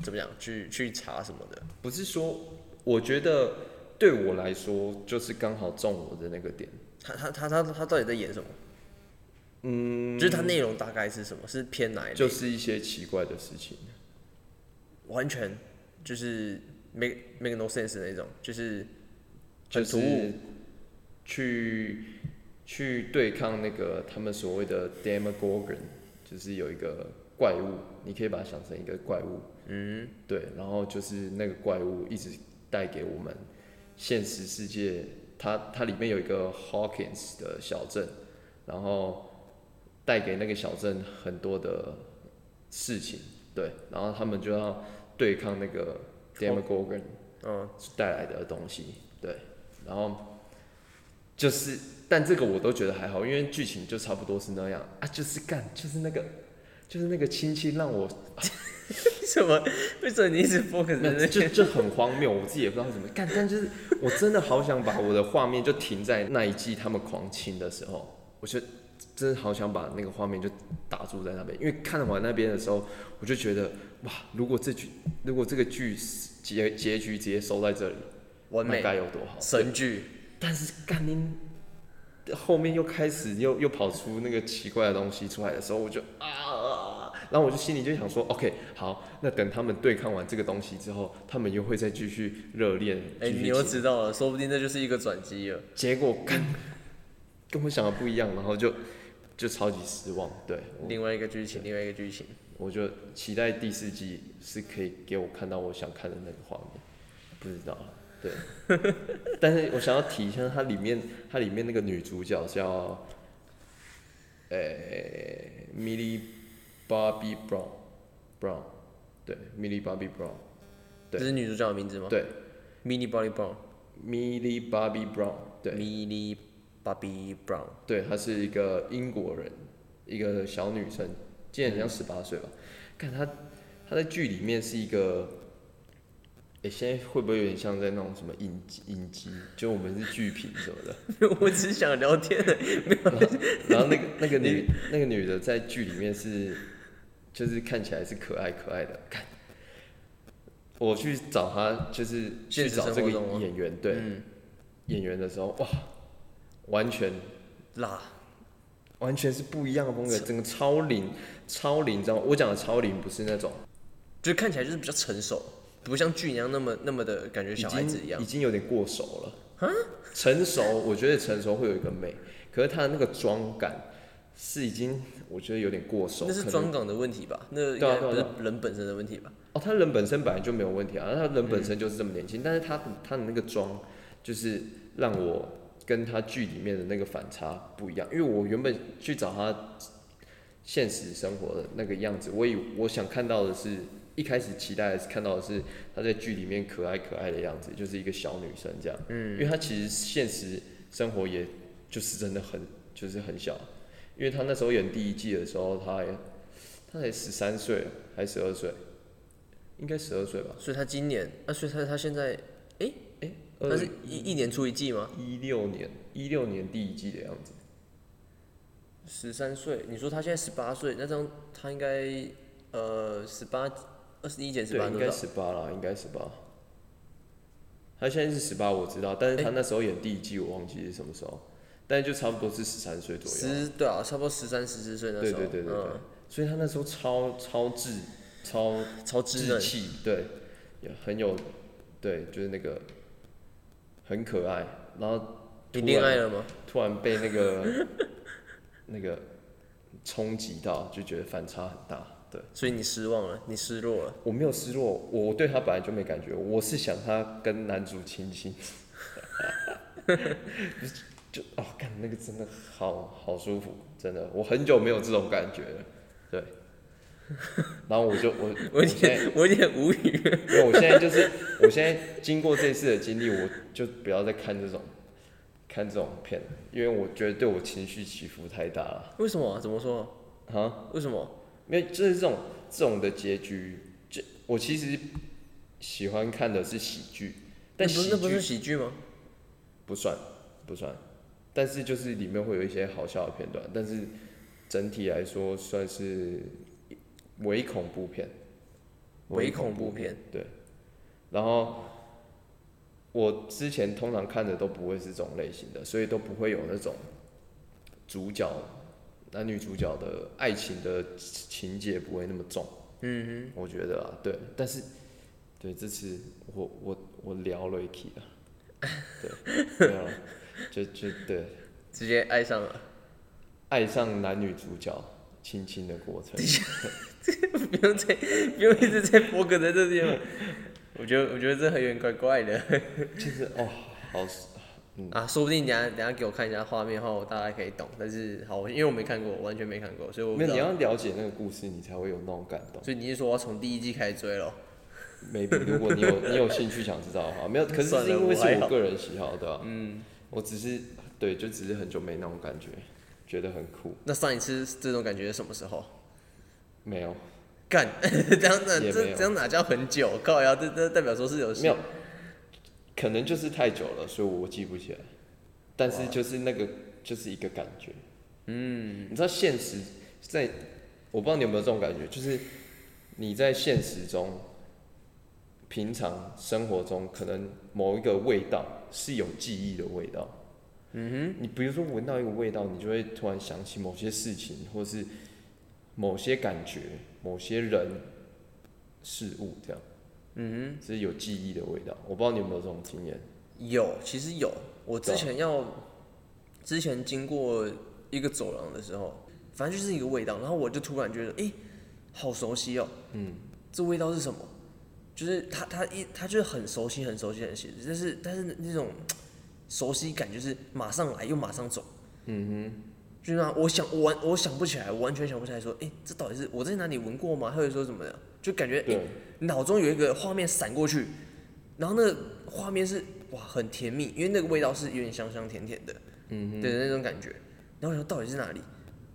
[SPEAKER 2] 怎么讲去去查什么的。
[SPEAKER 1] 不是说，我觉得对我来说就是刚好中我的那个点。
[SPEAKER 2] 他他他他他到底在演什么？嗯，就是他内容大概是什么？是偏哪一类？
[SPEAKER 1] 就是一些奇怪的事情。
[SPEAKER 2] 完全就是 make make no sense 的那种，就是
[SPEAKER 1] 就
[SPEAKER 2] 很突兀
[SPEAKER 1] 是去去对抗那个他们所谓的 Demogorgon，就是有一个怪物，你可以把它想成一个怪物，嗯，对，然后就是那个怪物一直带给我们现实世界，它它里面有一个 Hawkins 的小镇，然后带给那个小镇很多的事情，对，然后他们就要对抗那个 Demogorgon。
[SPEAKER 2] 嗯，
[SPEAKER 1] 带来的东西，对，然后就是，但这个我都觉得还好，因为剧情就差不多是那样啊，就是干，就是那个，就是那个亲戚让我
[SPEAKER 2] 为什么为什么你一直 focus
[SPEAKER 1] 那
[SPEAKER 2] 在那
[SPEAKER 1] 就就很荒谬，我自己也不知道怎么干，但就是我真的好想把我的画面就停在那一季他们狂亲的时候，我就真的好想把那个画面就打住在那边，因为看完那边的时候，我就觉得哇，如果这剧如果这个剧结结局直接收在这里，
[SPEAKER 2] 完
[SPEAKER 1] 那
[SPEAKER 2] 美
[SPEAKER 1] 该有多好，
[SPEAKER 2] 神剧？
[SPEAKER 1] 但是干您后面又开始又又跑出那个奇怪的东西出来的时候，我就啊，然后我就心里就想说，OK，好，那等他们对抗完这个东西之后，他们又会再继续热恋。
[SPEAKER 2] 哎、
[SPEAKER 1] 继续
[SPEAKER 2] 你又
[SPEAKER 1] 亲
[SPEAKER 2] 知道了，说不定这就是一个转机了。
[SPEAKER 1] 结果跟跟我想的不一样，然后就就超级失望。对，我
[SPEAKER 2] 另外一个剧情，另外一个剧情，
[SPEAKER 1] 我就期待第四季是可以给我看到我想看的那个画面，不知道啊。对， 但是我想要提一下，它里面它里面那个女主角叫，呃、m i l l i Bobby Brown Brown，对，Millie Bobby Brown，对
[SPEAKER 2] 这是女主角的名字吗？
[SPEAKER 1] 对
[SPEAKER 2] ，Mini Bobby Brown，
[SPEAKER 1] ，Millie Bobby Brown，对，
[SPEAKER 2] ，Mini Bobby Brown，
[SPEAKER 1] 对，她是一个英国人，一个小女生，今年好像十八岁吧。看她，她在剧里面是一个，诶，现在会不会有点像在那种什么影集影集？就我们是剧评什么的。
[SPEAKER 2] 我只是想聊天而已。
[SPEAKER 1] 然后那个那个 女那个女的在剧里面是，就是看起来是可爱可爱的。看，我去找她，就是
[SPEAKER 2] 现
[SPEAKER 1] 去
[SPEAKER 2] 实
[SPEAKER 1] 找
[SPEAKER 2] 生
[SPEAKER 1] 这个
[SPEAKER 2] 活中吗
[SPEAKER 1] 演员，对、
[SPEAKER 2] 嗯，
[SPEAKER 1] 演员的时候，哇，完全
[SPEAKER 2] 辣，
[SPEAKER 1] 完全是不一样的风格，整个超龄，超龄，你知道吗？我讲的超龄不是那种
[SPEAKER 2] 就是看起来就是比较成熟，不像剧一样那么那么的感觉
[SPEAKER 1] 已
[SPEAKER 2] 小孩
[SPEAKER 1] 经
[SPEAKER 2] 子一样
[SPEAKER 1] 已。经有点过熟了。啊成熟，我觉得成熟会有一个美，可是他的那个妆感是已经，我觉得有点过熟。
[SPEAKER 2] 那是
[SPEAKER 1] 可能
[SPEAKER 2] 妆感的问题吧？那应
[SPEAKER 1] 对啊
[SPEAKER 2] 该
[SPEAKER 1] 对啊
[SPEAKER 2] 不
[SPEAKER 1] 对
[SPEAKER 2] 是
[SPEAKER 1] 啊
[SPEAKER 2] 人本身的问题吧？
[SPEAKER 1] 哦，他人本身本来就没有问题啊，他人本身就是这么年轻，但是他他的那个妆就是让我跟他剧里面的那个反差不一样，因为我原本去找他现实生活的那个样子，我以我想看到的是一开始期待的是看到的是他在剧里面可爱可爱的样子，就是一个小女生这样，嗯，因为他其实现实生活也就是真的很就是很小，因为他那时候演第一季的时候，他还他才十三岁还十二岁。应该十二岁吧？
[SPEAKER 2] 所以他今年，啊，所以他他现在，
[SPEAKER 1] 哎、
[SPEAKER 2] 他
[SPEAKER 1] 二
[SPEAKER 2] 是一一年出一季吗？
[SPEAKER 1] 一六年，一六年第一季的样子。
[SPEAKER 2] 十三岁，你说他现在十八岁，那这样他应该呃十八二十一哎减十
[SPEAKER 1] 对，
[SPEAKER 2] 八
[SPEAKER 1] 应
[SPEAKER 2] 多
[SPEAKER 1] 该
[SPEAKER 2] 少？
[SPEAKER 1] 十八啦，应该十八。他现在是十八，我知道，
[SPEAKER 2] 哎
[SPEAKER 1] 但是他那时候演第一季，我忘记是什么时候，但就差不多是十三岁左右。
[SPEAKER 2] 十对啊，差不多十三十四岁那
[SPEAKER 1] 对
[SPEAKER 2] 时候，
[SPEAKER 1] 对对对对，所以他那时候超超智，超
[SPEAKER 2] 嗯，超稚
[SPEAKER 1] 稚
[SPEAKER 2] 嫩，
[SPEAKER 1] 气，对，也很有，对，就是那个很可爱，然后
[SPEAKER 2] 你
[SPEAKER 1] 突
[SPEAKER 2] 恋
[SPEAKER 1] 然
[SPEAKER 2] 爱了吗？
[SPEAKER 1] 突然被那个 那个冲击到，就觉得反差很大。对
[SPEAKER 2] 所以你失望了，你失落了，
[SPEAKER 1] 我没有失落，我对他本来就没感觉，我是想他跟男主亲亲。就哦，干那个真的好好舒服，真的，我很久没有这种感觉了。对，然后我就我
[SPEAKER 2] 我有
[SPEAKER 1] 现在
[SPEAKER 2] 点我有点无语。
[SPEAKER 1] 因为我现在就是，我现在经过这次的经历，我就不要再看这种看这种片了，因为我觉得对我情绪起伏太大了。
[SPEAKER 2] 为什么啊？怎么说？
[SPEAKER 1] 啊，
[SPEAKER 2] 为什么？
[SPEAKER 1] 因为就是这种这种的结局，就我其实喜欢看的是喜剧，但
[SPEAKER 2] 那不
[SPEAKER 1] 喜
[SPEAKER 2] 是那不是
[SPEAKER 1] 剧
[SPEAKER 2] 喜剧吗？
[SPEAKER 1] 不算不算，但是就是里面会有一些好笑的片段，但是整体来说算是伪恐怖片，
[SPEAKER 2] 伪恐怖片，
[SPEAKER 1] 对。然后我之前通常看的都不会是这种类型的，所以都不会有那种主角男女主角的爱情的情节不会那么重。
[SPEAKER 2] 嗯
[SPEAKER 1] 我觉得啊，对，但是对这次我我我聊了一 k 啊，对，没有了，就就对，
[SPEAKER 2] 哼，直接爱上了。
[SPEAKER 1] 爱上男女主角亲亲的过程，
[SPEAKER 2] 不用再不用一直在 f o 在这地方。我觉得我觉得这很有点怪怪的
[SPEAKER 1] 就是哦，好，
[SPEAKER 2] 啊，说不定等下等下给我看一下画面后，大家可以懂。但是好，因为我没看过，我完全没看过，所以我不
[SPEAKER 1] 没
[SPEAKER 2] 知
[SPEAKER 1] 有，
[SPEAKER 2] 道
[SPEAKER 1] 你要了解那个故事，你才会有那种感动。
[SPEAKER 2] 所以你是说我要从第一季开始追咯？
[SPEAKER 1] maybe 如果你 有你有兴趣想知道的话，没有，可是
[SPEAKER 2] 算了
[SPEAKER 1] 是因为是
[SPEAKER 2] 我还好
[SPEAKER 1] 我个人喜好的、嗯，我只是对，就只是很久没那种感觉，觉得很酷，
[SPEAKER 2] 那上一次这种感觉是什么时候？
[SPEAKER 1] 没有，
[SPEAKER 2] 干， 这样哪
[SPEAKER 1] 也
[SPEAKER 2] 这
[SPEAKER 1] 没有
[SPEAKER 2] 这样哪叫很久？靠呀，这这代表说是有
[SPEAKER 1] 没有，可能就是太久了，所以我记不起来。但是就是那个就是一个感觉，嗯，你知道现实在，我不知道你有没有这种感觉，就是你在现实中，平常生活中可能某一个味道是有记忆的味道，嗯哼，你比如说闻到一个味道，你就会突然想起某些事情，或是某些感觉、某些人、事物这样，
[SPEAKER 2] 嗯
[SPEAKER 1] 这是有记忆的味道。我不知道你有没有这种经验？
[SPEAKER 2] 哼，有，其实有。我
[SPEAKER 1] 啊
[SPEAKER 2] 之前要，之前经过一个走廊的时候，反正就是一个味道，然后我就突然觉得，诶，好熟悉哦，
[SPEAKER 1] 嗯，
[SPEAKER 2] 这味道是什么？就是他他一他就是很熟悉，很熟悉，很熟悉，但是但是那种熟悉感就是马上来又马上走，
[SPEAKER 1] 嗯
[SPEAKER 2] 就是那我想我完我想不起来，我完全想不起来说，诶，这到底是我在哪里闻过吗？或者说什么的，就感觉
[SPEAKER 1] 哼，对，
[SPEAKER 2] 脑中有一个画面闪过去，然后那个画面是哇很甜蜜，因为那个味道是有点香香甜甜的，
[SPEAKER 1] 嗯哼，
[SPEAKER 2] 对的那种感觉。然后我想到底是哪里，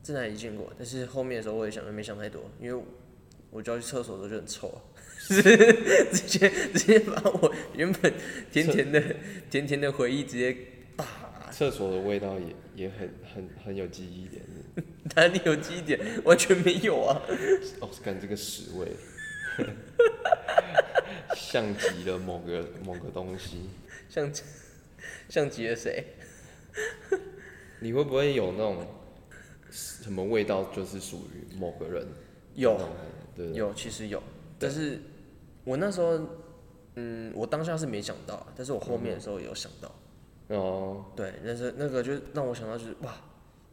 [SPEAKER 2] 在哪里见过？但是后面的时候我也想没想太多，因为我就要去厕所的时候就很臭啊， 直接直接把我原本甜甜的甜甜的回忆直接打。
[SPEAKER 1] 厕所的味道也也很很很有记忆点。
[SPEAKER 2] 哪里有记忆点？完全没有啊！
[SPEAKER 1] 哦，干这个屎味， 像极了某个某个东西。
[SPEAKER 2] 像像极了谁？
[SPEAKER 1] 你会不会有那种什么味道，就是属于某个人？
[SPEAKER 2] 有啊
[SPEAKER 1] 那种感觉，对不对，
[SPEAKER 2] 有，其实有，
[SPEAKER 1] 对
[SPEAKER 2] 但是嗯我那时候，嗯，我当下是没想到，但是我后面的时候有想到，
[SPEAKER 1] 哦，
[SPEAKER 2] 对，但是那个就让我想到就是哇，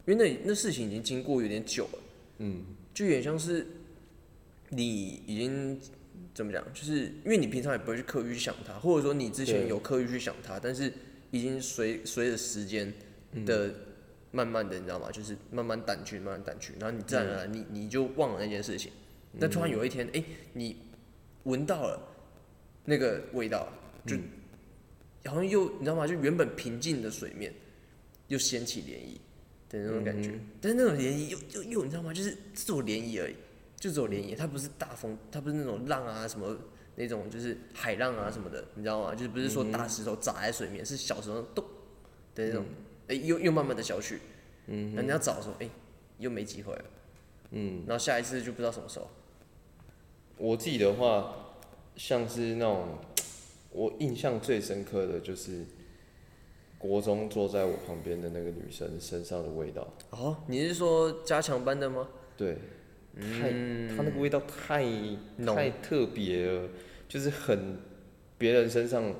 [SPEAKER 2] 因为那那事情已经经过有点久了，
[SPEAKER 1] 嗯，
[SPEAKER 2] 就有点像是你已经怎么讲，就是因为你平常也不会去刻意去想它，或者说你之前
[SPEAKER 1] 对
[SPEAKER 2] 有刻意去想它，但是已经
[SPEAKER 1] 嗯
[SPEAKER 2] 随随着时间的。慢慢的，你知道吗？就是慢慢淡去，慢慢淡去，然后你自然而然，你你就忘了那件事情。
[SPEAKER 1] 嗯
[SPEAKER 2] 但突然有一天，哎、你闻到了那个味道，就、好像又你知道吗？就原本平静的水面又掀起涟漪的那种感觉，但是那种涟漪又又又你知道吗？就是只有涟漪而已，就只有涟漪，它不是大风，它不是那种浪啊什么。那种就是海浪啊什么的，你知道吗？就是不是说大石头砸在水面，是小石头咚的那种，哎、又又慢慢的消去。嗯，人家找说，哎、又没机会了。
[SPEAKER 1] 嗯，
[SPEAKER 2] 然后下一次就不知道什么时候。
[SPEAKER 1] 我自己的话，像是那种我印象最深刻的就是国中坐在我旁边的那个女生身上的味道，
[SPEAKER 2] 哦，你是说加强班的吗？
[SPEAKER 1] 对，太、她那个味道太
[SPEAKER 2] 嗯浓
[SPEAKER 1] 太特别了，就是很别人身上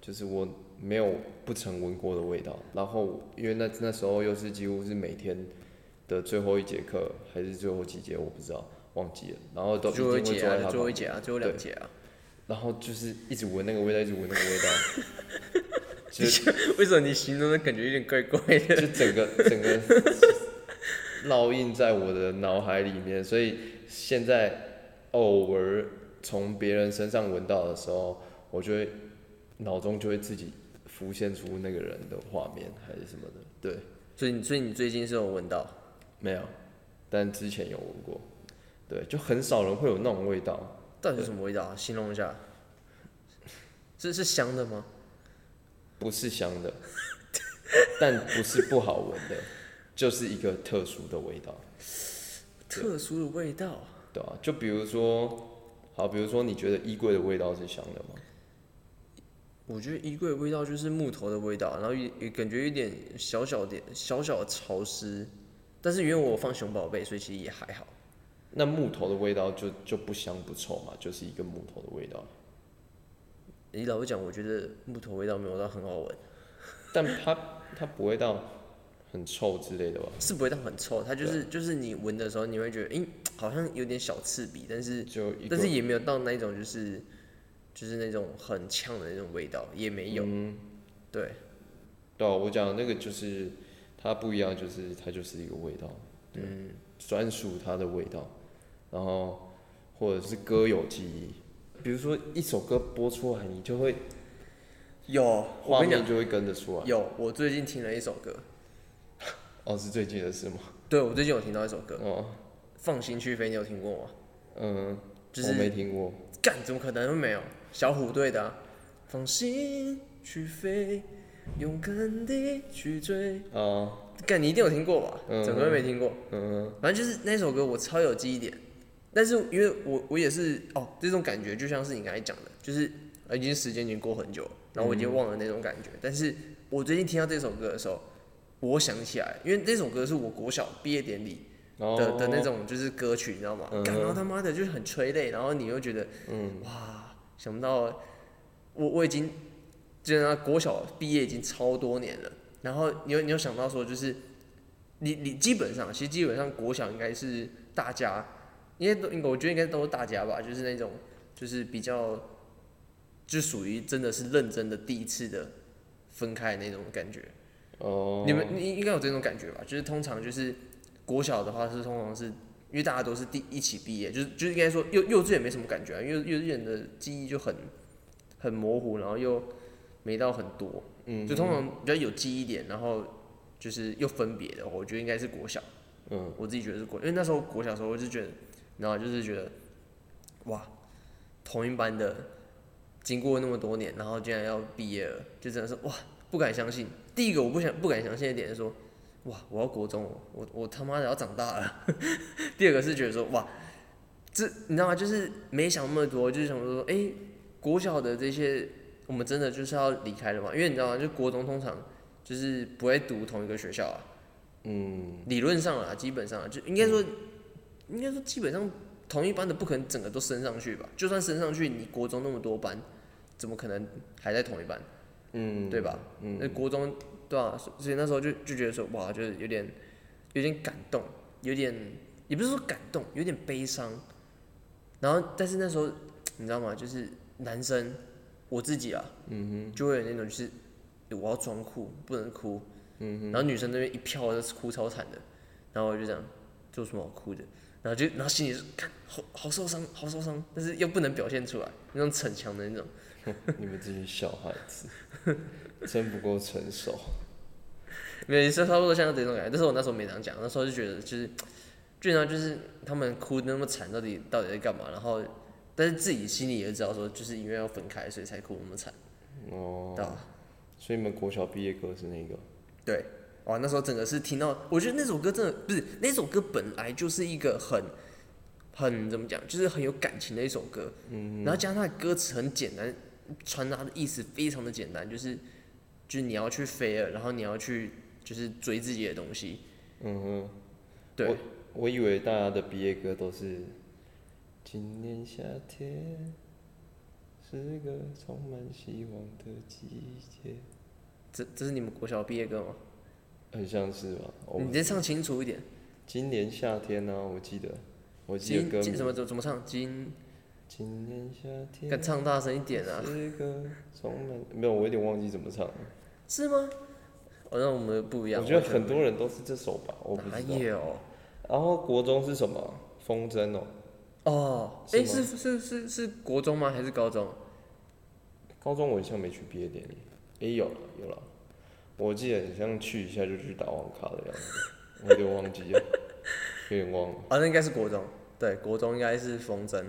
[SPEAKER 1] 就是我没有不曾闻过的味道。然后因为那那时候又是几乎是每天的最后一节课还是最后几节，我不知道忘记了。然后都一
[SPEAKER 2] 最
[SPEAKER 1] 定会坐
[SPEAKER 2] 后一节
[SPEAKER 1] 在
[SPEAKER 2] 啊，
[SPEAKER 1] 她
[SPEAKER 2] 最后
[SPEAKER 1] 旁
[SPEAKER 2] 一节啊，最后两节啊。
[SPEAKER 1] 然后就是一直闻那个味道，一直闻那个味道，就
[SPEAKER 2] 为什么你形容的感觉有点怪怪 的？
[SPEAKER 1] 就整个整个烙印在我的脑海里面，所以现在偶尔从别人身上闻到的时候，我就会脑中就会自己浮现出那个人的画面还是什么的，对，
[SPEAKER 2] 所以你，所以你最近是有闻到？
[SPEAKER 1] 没有，但之前有闻过，对，就很少人会有那种味道，
[SPEAKER 2] 到底是什么味道啊？形容一下。这是香的吗？
[SPEAKER 1] 不是香的，但不是不好闻的，就是一个特殊的味道。
[SPEAKER 2] 特殊的味道。
[SPEAKER 1] 对啊，就比如说，好，比如说你觉得衣柜的味道是香的吗？
[SPEAKER 2] 我觉得衣柜的味道就是木头的味道，然后也也感觉有点小小点小小的潮湿，但是因为我有放熊宝贝，所以其实也还好。
[SPEAKER 1] 那木头的味道就就不香不臭嘛，就是一个木头的味道。
[SPEAKER 2] 你老实讲，我觉得木头味道没有到很好闻，
[SPEAKER 1] 但它它不会到很臭之类的吧？
[SPEAKER 2] 是不会到很臭，它就是就是你闻的时候，你会觉得，诶、好像有点小刺鼻，但是
[SPEAKER 1] 就一个
[SPEAKER 2] 但是也没有到那一种就是就是那种很呛的那种味道，也没有。对，
[SPEAKER 1] 嗯对啊、我讲那个就是它不一样，就是它就是一个味道，对，
[SPEAKER 2] 嗯
[SPEAKER 1] 专属它的味道。然后或者是歌有记忆，比如说一首歌播出来，你就会
[SPEAKER 2] 有我
[SPEAKER 1] 画
[SPEAKER 2] 跟你
[SPEAKER 1] 面
[SPEAKER 2] 讲，
[SPEAKER 1] 就会跟着出来。
[SPEAKER 2] 有我最近听了一首歌，
[SPEAKER 1] 哦，是最近的事吗？
[SPEAKER 2] 对我最近有听到一首歌，
[SPEAKER 1] 哦，
[SPEAKER 2] 放心去飞》，你有听过吗？
[SPEAKER 1] 嗯，
[SPEAKER 2] 就是
[SPEAKER 1] 我没听过。
[SPEAKER 2] 干，怎么可能没有？小虎队的、啊，放心去飞，勇敢地去追。
[SPEAKER 1] 哦，
[SPEAKER 2] 干，你一定有听过吧？
[SPEAKER 1] 嗯
[SPEAKER 2] 怎么会没听过？
[SPEAKER 1] 嗯
[SPEAKER 2] 反正就是那首歌我超有记忆点，但是因为我我也是哦，这种感觉就像是你刚才讲的，就是呃已经时间已经过很久了，然后我已
[SPEAKER 1] 嗯
[SPEAKER 2] 经忘了那种感觉。但是我最近听到这首歌的时候，我想起来，因为那首歌是我国小毕业典礼
[SPEAKER 1] 然后
[SPEAKER 2] 的的那种就是歌曲，你知道吗？
[SPEAKER 1] 哦嗯哼
[SPEAKER 2] 干然后他妈的就是很催泪，然后你又觉得，
[SPEAKER 1] 嗯
[SPEAKER 2] 哇，想不到我我已经，就是他国小毕业已经超多年了，然后你又你又想到说，就是你你基本上其实基本上国小应该是大家，应该都应该我觉得应该都是大家吧，就是那种就是比较，就属于真的是认真的第一次的分开的那种感觉。
[SPEAKER 1] 哦，
[SPEAKER 2] 你们你应该有这种感觉吧？就是通常就是国小的话是通常是因为大家都是第一起毕业，就是就是应该说幼幼稚园没什么感觉啊，因为幼稚园的记忆就很很模糊，然后又没到很多，
[SPEAKER 1] 嗯
[SPEAKER 2] 就通常比较有记忆点，然后就是又分别的，我觉得应该是国小，
[SPEAKER 1] 嗯
[SPEAKER 2] 我自己觉得是国，因为那时候国小的时候我就觉得，然后就是觉得哇，同一班的经过那么多年，然后竟然要毕业了，就真的是哇，不敢相信。第一个我不想不敢相信的点是说，哇，我要国中了，我我他妈的要长大了。 第二个是觉得说，哇，这你知道吗？就是没想那么多，就是想说，哎、国小的这些我们真的就是要离开了嘛？因为你知道吗？就国中通常就是不会读同一个学校啊，
[SPEAKER 1] 嗯
[SPEAKER 2] 理论上啊，基本上啊就应该说，应该说基本上同一班的不可能整个都升上去吧？就算升上去，你国中那么多班，怎么可能还在同一班？
[SPEAKER 1] 嗯，
[SPEAKER 2] 对吧？
[SPEAKER 1] 嗯
[SPEAKER 2] 那 国中对啊，所所以那时候就就觉得说，哇，就是有点有点感动，有点也不是说感动，有点悲伤。然后，但是那时候你知道吗？就是男生我自己啊，
[SPEAKER 1] 嗯
[SPEAKER 2] 就会有那种就是我要装酷，不能哭。
[SPEAKER 1] 哼嗯
[SPEAKER 2] 然后女生那边一票都是哭超惨的，然后我就这样，这有什么好哭的？然后就然后心里就看好好受伤，好受伤，但是又不能表现出来，那种逞强的那种。
[SPEAKER 1] 哼，你们这群小孩子真不够成熟。
[SPEAKER 2] 没有，是差不多像这种感觉。但是我那时候没这样讲，那时候就觉得就是，最常就是他们哭那么惨，到底到底在干嘛？然后，但是自己心里也知道说，就是因为要分开，所以才哭那么惨，
[SPEAKER 1] 哦
[SPEAKER 2] 对，吧？
[SPEAKER 1] 所以你们国小毕业歌是那个，
[SPEAKER 2] 对，哇，那时候整个是听到，我觉得那首歌真的不是那首歌本来就是一个很很怎么讲，就是很有感情的一首歌，
[SPEAKER 1] 嗯，
[SPEAKER 2] 然后加上它的歌词很简单，传达的意思非常的简单，就是就是你要去飞了，然后你要去就是追自己的东西，
[SPEAKER 1] 嗯哼，
[SPEAKER 2] 对。
[SPEAKER 1] 我以为大家的毕业歌都是今年夏天是个充满希望的季节，
[SPEAKER 2] 这这是你们国小毕业歌吗？
[SPEAKER 1] 很像是吧？我
[SPEAKER 2] 你再唱清楚一点。
[SPEAKER 1] 今年夏天呢、我记得，我记得
[SPEAKER 2] 今
[SPEAKER 1] 歌
[SPEAKER 2] 今
[SPEAKER 1] 名啊
[SPEAKER 2] 怎么怎么怎么唱？今
[SPEAKER 1] 今年夏天
[SPEAKER 2] 敢唱大声一点啊？
[SPEAKER 1] 是个充满没有，我有点忘记怎么唱了。
[SPEAKER 2] 是吗？哦，那我们不一样。
[SPEAKER 1] 我觉得
[SPEAKER 2] 完全
[SPEAKER 1] 很
[SPEAKER 2] 不一
[SPEAKER 1] 多人都是这首吧，我不
[SPEAKER 2] 样哪
[SPEAKER 1] 知道。
[SPEAKER 2] 有？
[SPEAKER 1] 然后国中是什么？风筝哦，
[SPEAKER 2] 哦，
[SPEAKER 1] 是
[SPEAKER 2] 哎，
[SPEAKER 1] 吗
[SPEAKER 2] 是是是是国中吗？还是高中？啊
[SPEAKER 1] 高中我好像没去毕业典礼，也有了有了，我记得很像去一下就去打网咖的样子，我有点忘记 了，有点忘了。
[SPEAKER 2] 啊，那应该是国中。对，国中应该是风筝。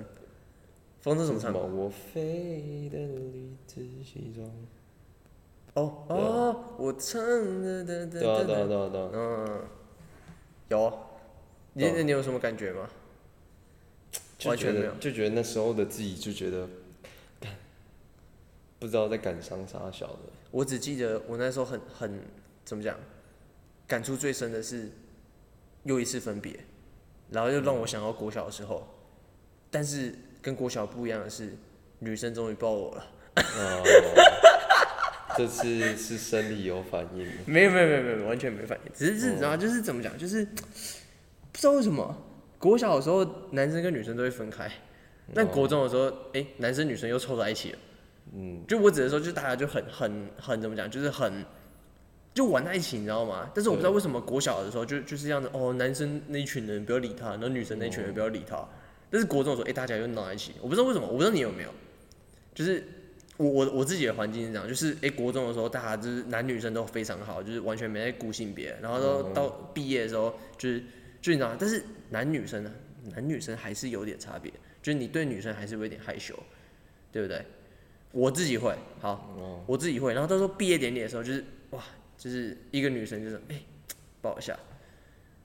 [SPEAKER 2] 风筝怎么
[SPEAKER 1] 是什
[SPEAKER 2] 唱？
[SPEAKER 1] 么？我飞的理直气壮。
[SPEAKER 2] 哦
[SPEAKER 1] 对啊
[SPEAKER 2] 哦，我唱的的的
[SPEAKER 1] 对啊对啊
[SPEAKER 2] 的。
[SPEAKER 1] 对啊对啊，
[SPEAKER 2] 嗯，有。你
[SPEAKER 1] 对啊
[SPEAKER 2] 你有什么感觉吗？
[SPEAKER 1] 就
[SPEAKER 2] 完
[SPEAKER 1] 觉
[SPEAKER 2] 全没
[SPEAKER 1] 得
[SPEAKER 2] 有
[SPEAKER 1] 就觉得那时候的自己就觉得，干不知道在感伤啥小的。
[SPEAKER 2] 我只记得我那时候很很怎么讲，感触最深的是又一次分别，然后又让我想到国小的时候，但是跟国小不一样的是，女生终于抱我了。
[SPEAKER 1] 哦，这次是生理有反应，
[SPEAKER 2] 没有没有没有没有，完全没反应，只是是
[SPEAKER 1] 哦
[SPEAKER 2] 然后就是怎么讲，就是不知道为什么国小的时候男生跟女生都会分开，
[SPEAKER 1] 哦
[SPEAKER 2] 但国中的时候，哎、男生女生又凑在一起了。
[SPEAKER 1] 嗯，
[SPEAKER 2] 就我只能说，就是大家就很很很怎么讲，就是很就玩在一起，你知道吗？但是我不知道为什么国小的时候就就是这样子，哦，男生那一群人不要理他，然后女生那一群人不要理他。但是国中的时候，哎、大家又闹在一起，我不知道为什么，我不知道你有没有，就是我我我自己的环境是这样，就是哎、国中的时候大家就是男女生都非常好，就是完全没在顾性别，然后到
[SPEAKER 1] 嗯
[SPEAKER 2] 到毕业的时候就是就你知道吗，但是男女生呢，啊男女生还是有点差别，就是你对女生还是会有点害羞，对不对？我自己会，好，
[SPEAKER 1] 哦，
[SPEAKER 2] 我自己会。然后到时候毕业典礼的时候，就是哇，就是一个女生就是哎、抱一下，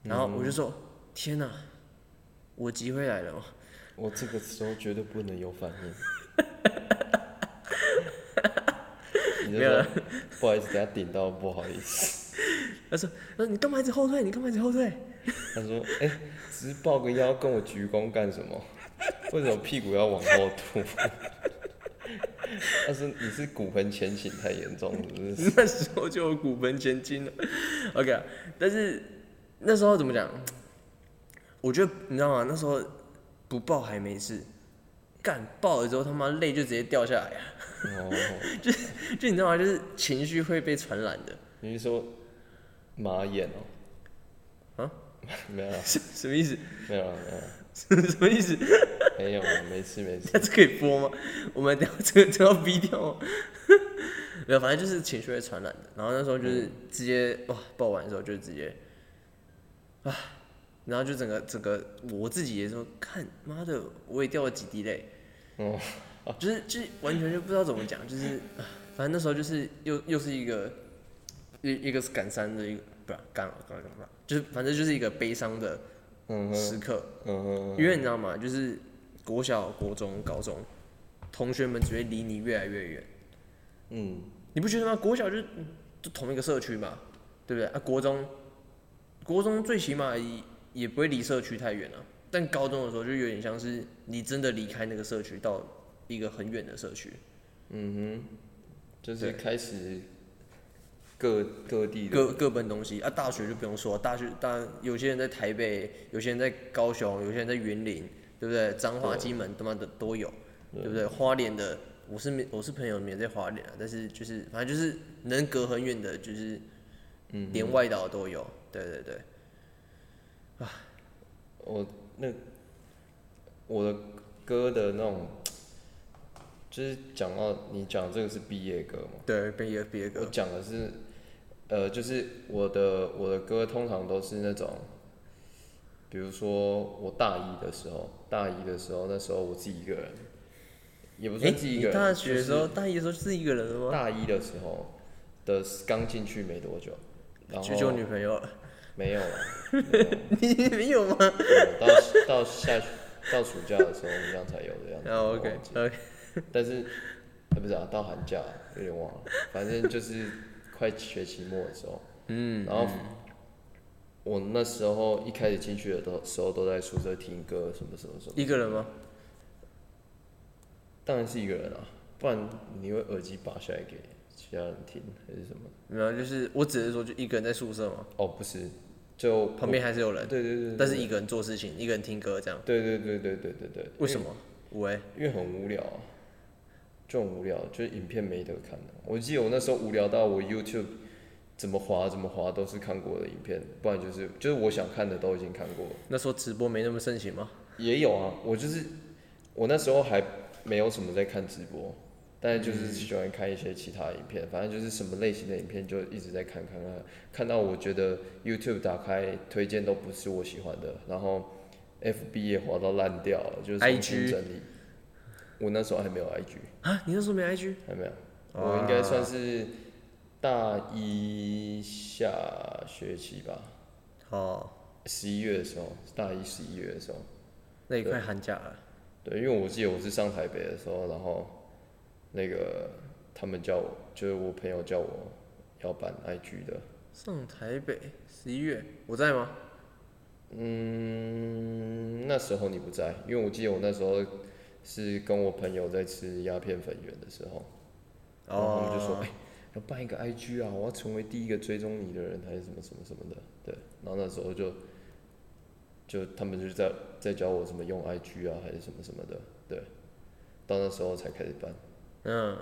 [SPEAKER 2] 然后我就说、天哪、我机会来了嘛。
[SPEAKER 1] 我这个时候绝对不能有反 应。你就
[SPEAKER 2] 没有
[SPEAKER 1] 说
[SPEAKER 2] 了
[SPEAKER 1] 不好意思，等下顶到，不好意思。
[SPEAKER 2] 他说，他说你干嘛一直后退？你干嘛一直后退？
[SPEAKER 1] 他说：“哎、只是抱个腰跟我鞠躬干什么？为什么屁股要往后凸？”他说：“你是骨盆前倾太严重，是不是
[SPEAKER 2] 那时候就有骨盆前倾了。OK，啊但是那时候怎么讲？我觉得你知道吗？那时候不抱还没事，干抱了之后他妈泪就直接掉下来啊！？”
[SPEAKER 1] 哦，
[SPEAKER 2] 就你知道吗？就是情绪会被传染的，
[SPEAKER 1] 你是说马眼哦？
[SPEAKER 2] 啊？
[SPEAKER 1] 没有了，
[SPEAKER 2] 什什么意思？
[SPEAKER 1] 没有了，没有了，
[SPEAKER 2] 什么意思？
[SPEAKER 1] 没有了，没事 没事。
[SPEAKER 2] 那这可以播吗？我们等下这个都要逼掉吗？ 没有，反正就是情绪会传染的。然后那时候就是直接哇爆完的时候就直接，唉，然后就整个整个我自己也说，看妈的，我也掉了几滴泪，
[SPEAKER 1] 哦，
[SPEAKER 2] 就是就是完全就不知道怎么讲，就是啊反正那时候就是又又是一个一一个是感伤的一个不是啊感感什么，就是反正就是一个悲伤的
[SPEAKER 1] 嗯哼，
[SPEAKER 2] 时刻。
[SPEAKER 1] 嗯哼，
[SPEAKER 2] 因为你知道吗？就是国小、国中、高中，同学们只会离你越来越远，
[SPEAKER 1] 嗯，
[SPEAKER 2] 你不觉得吗？国小就是就同一个社区嘛，对不对？啊，国中，国中最起码也也不会离社区太远啊。但高中的时候就有点像是你真的离开那个社区，到一个很远的社区，
[SPEAKER 1] 嗯就是
[SPEAKER 2] 对
[SPEAKER 1] 开始各各地的
[SPEAKER 2] 各各奔东西啊。大学就不用说，大学当然有些人在台北，有些人在高雄，有些人在云林，对不对？彰化、
[SPEAKER 1] 对
[SPEAKER 2] 金门他妈的都有，对不对？花莲的我是没我是朋友没有在花莲啊，但是就是反正就是能隔很远的，就是
[SPEAKER 1] 嗯
[SPEAKER 2] 连外岛都有，对对对，
[SPEAKER 1] 我那我的歌的那种，就是讲到你讲这个是毕业歌嘛，
[SPEAKER 2] 对，毕业毕业
[SPEAKER 1] 我
[SPEAKER 2] 歌，
[SPEAKER 1] 讲的是，呃，就是我的我的歌通常都是那种，比如说我大一的时候，大一的时候那时候我自己一个人，也不
[SPEAKER 2] 诶
[SPEAKER 1] 算自己一
[SPEAKER 2] 你
[SPEAKER 1] 个人，
[SPEAKER 2] 大学的时
[SPEAKER 1] 就
[SPEAKER 2] 候，大一的时候是一个人
[SPEAKER 1] 是
[SPEAKER 2] 了吗？
[SPEAKER 1] 大一的时候的刚进去没多久，然后
[SPEAKER 2] 去救女朋友 了？
[SPEAKER 1] 没有了，
[SPEAKER 2] 你没有吗？
[SPEAKER 1] 我到到下到暑假的时候这样才有的样子。
[SPEAKER 2] 然后啊哦 OK
[SPEAKER 1] 忘记
[SPEAKER 2] OK，
[SPEAKER 1] 但是，呃、不是啊，到寒假有点忘了，反正就是快学期末的时候，
[SPEAKER 2] 嗯，
[SPEAKER 1] 然后我那时候一开始进去的都时候都在宿舍听歌什么什么什么，
[SPEAKER 2] 一个人吗？
[SPEAKER 1] 当然是一个人啊，不然你会耳机拔下来给其他人听还是什么？
[SPEAKER 2] 没有，就是我只是说就一个人在宿舍嘛，
[SPEAKER 1] 哦，不是，就
[SPEAKER 2] 旁边还是有
[SPEAKER 1] 我
[SPEAKER 2] 人，
[SPEAKER 1] 对对对对，
[SPEAKER 2] 但是一个人做事情，一个人听歌这样，
[SPEAKER 1] 对对对对对对对，
[SPEAKER 2] 为什么？喂，
[SPEAKER 1] 因为很无聊啊，就很无聊，就是影片没得看的。我记得我那时候无聊到我 YouTube 怎么滑怎么滑都是看过的影片，不然就是就是我想看的都已经看过了。
[SPEAKER 2] 那时候直播没那么盛行吗？
[SPEAKER 1] 也有啊，我就是我那时候还没有什么在看直播，但是就是喜欢看一些其他影片，反正就是什么类型的影片就一直在看看看，看到我觉得 YouTube 打开推荐都不是我喜欢的，然后 FB 也滑到烂掉了，就是重
[SPEAKER 2] IG
[SPEAKER 1] 新整理。我那时候还没有 IG。
[SPEAKER 2] 啊，你那时候没 IG？
[SPEAKER 1] 还没有，
[SPEAKER 2] 哇
[SPEAKER 1] 我应该算是大一下学期吧，
[SPEAKER 2] 哦，
[SPEAKER 1] 十一月的时候，大一十一月的时候，
[SPEAKER 2] 那也快寒假了。
[SPEAKER 1] 对，因为我记得我是上台北的时候，然后那个他们叫我，就是我朋友叫我要办 IG 的，
[SPEAKER 2] 上台北十一月，我在吗？
[SPEAKER 1] 嗯，那时候你不在，因为我记得我那时候是跟我朋友在吃鸦片粉圆的时候，然后他们
[SPEAKER 2] 哦
[SPEAKER 1] 就说：“哎、要办一个 IG 啊，我要成为第一个追踪你的人，还是什么什么什么的。”对，然后那时候就就他们就在在教我怎么用 IG 啊，还是什么什么的。对，到那时候才开始办，
[SPEAKER 2] 嗯，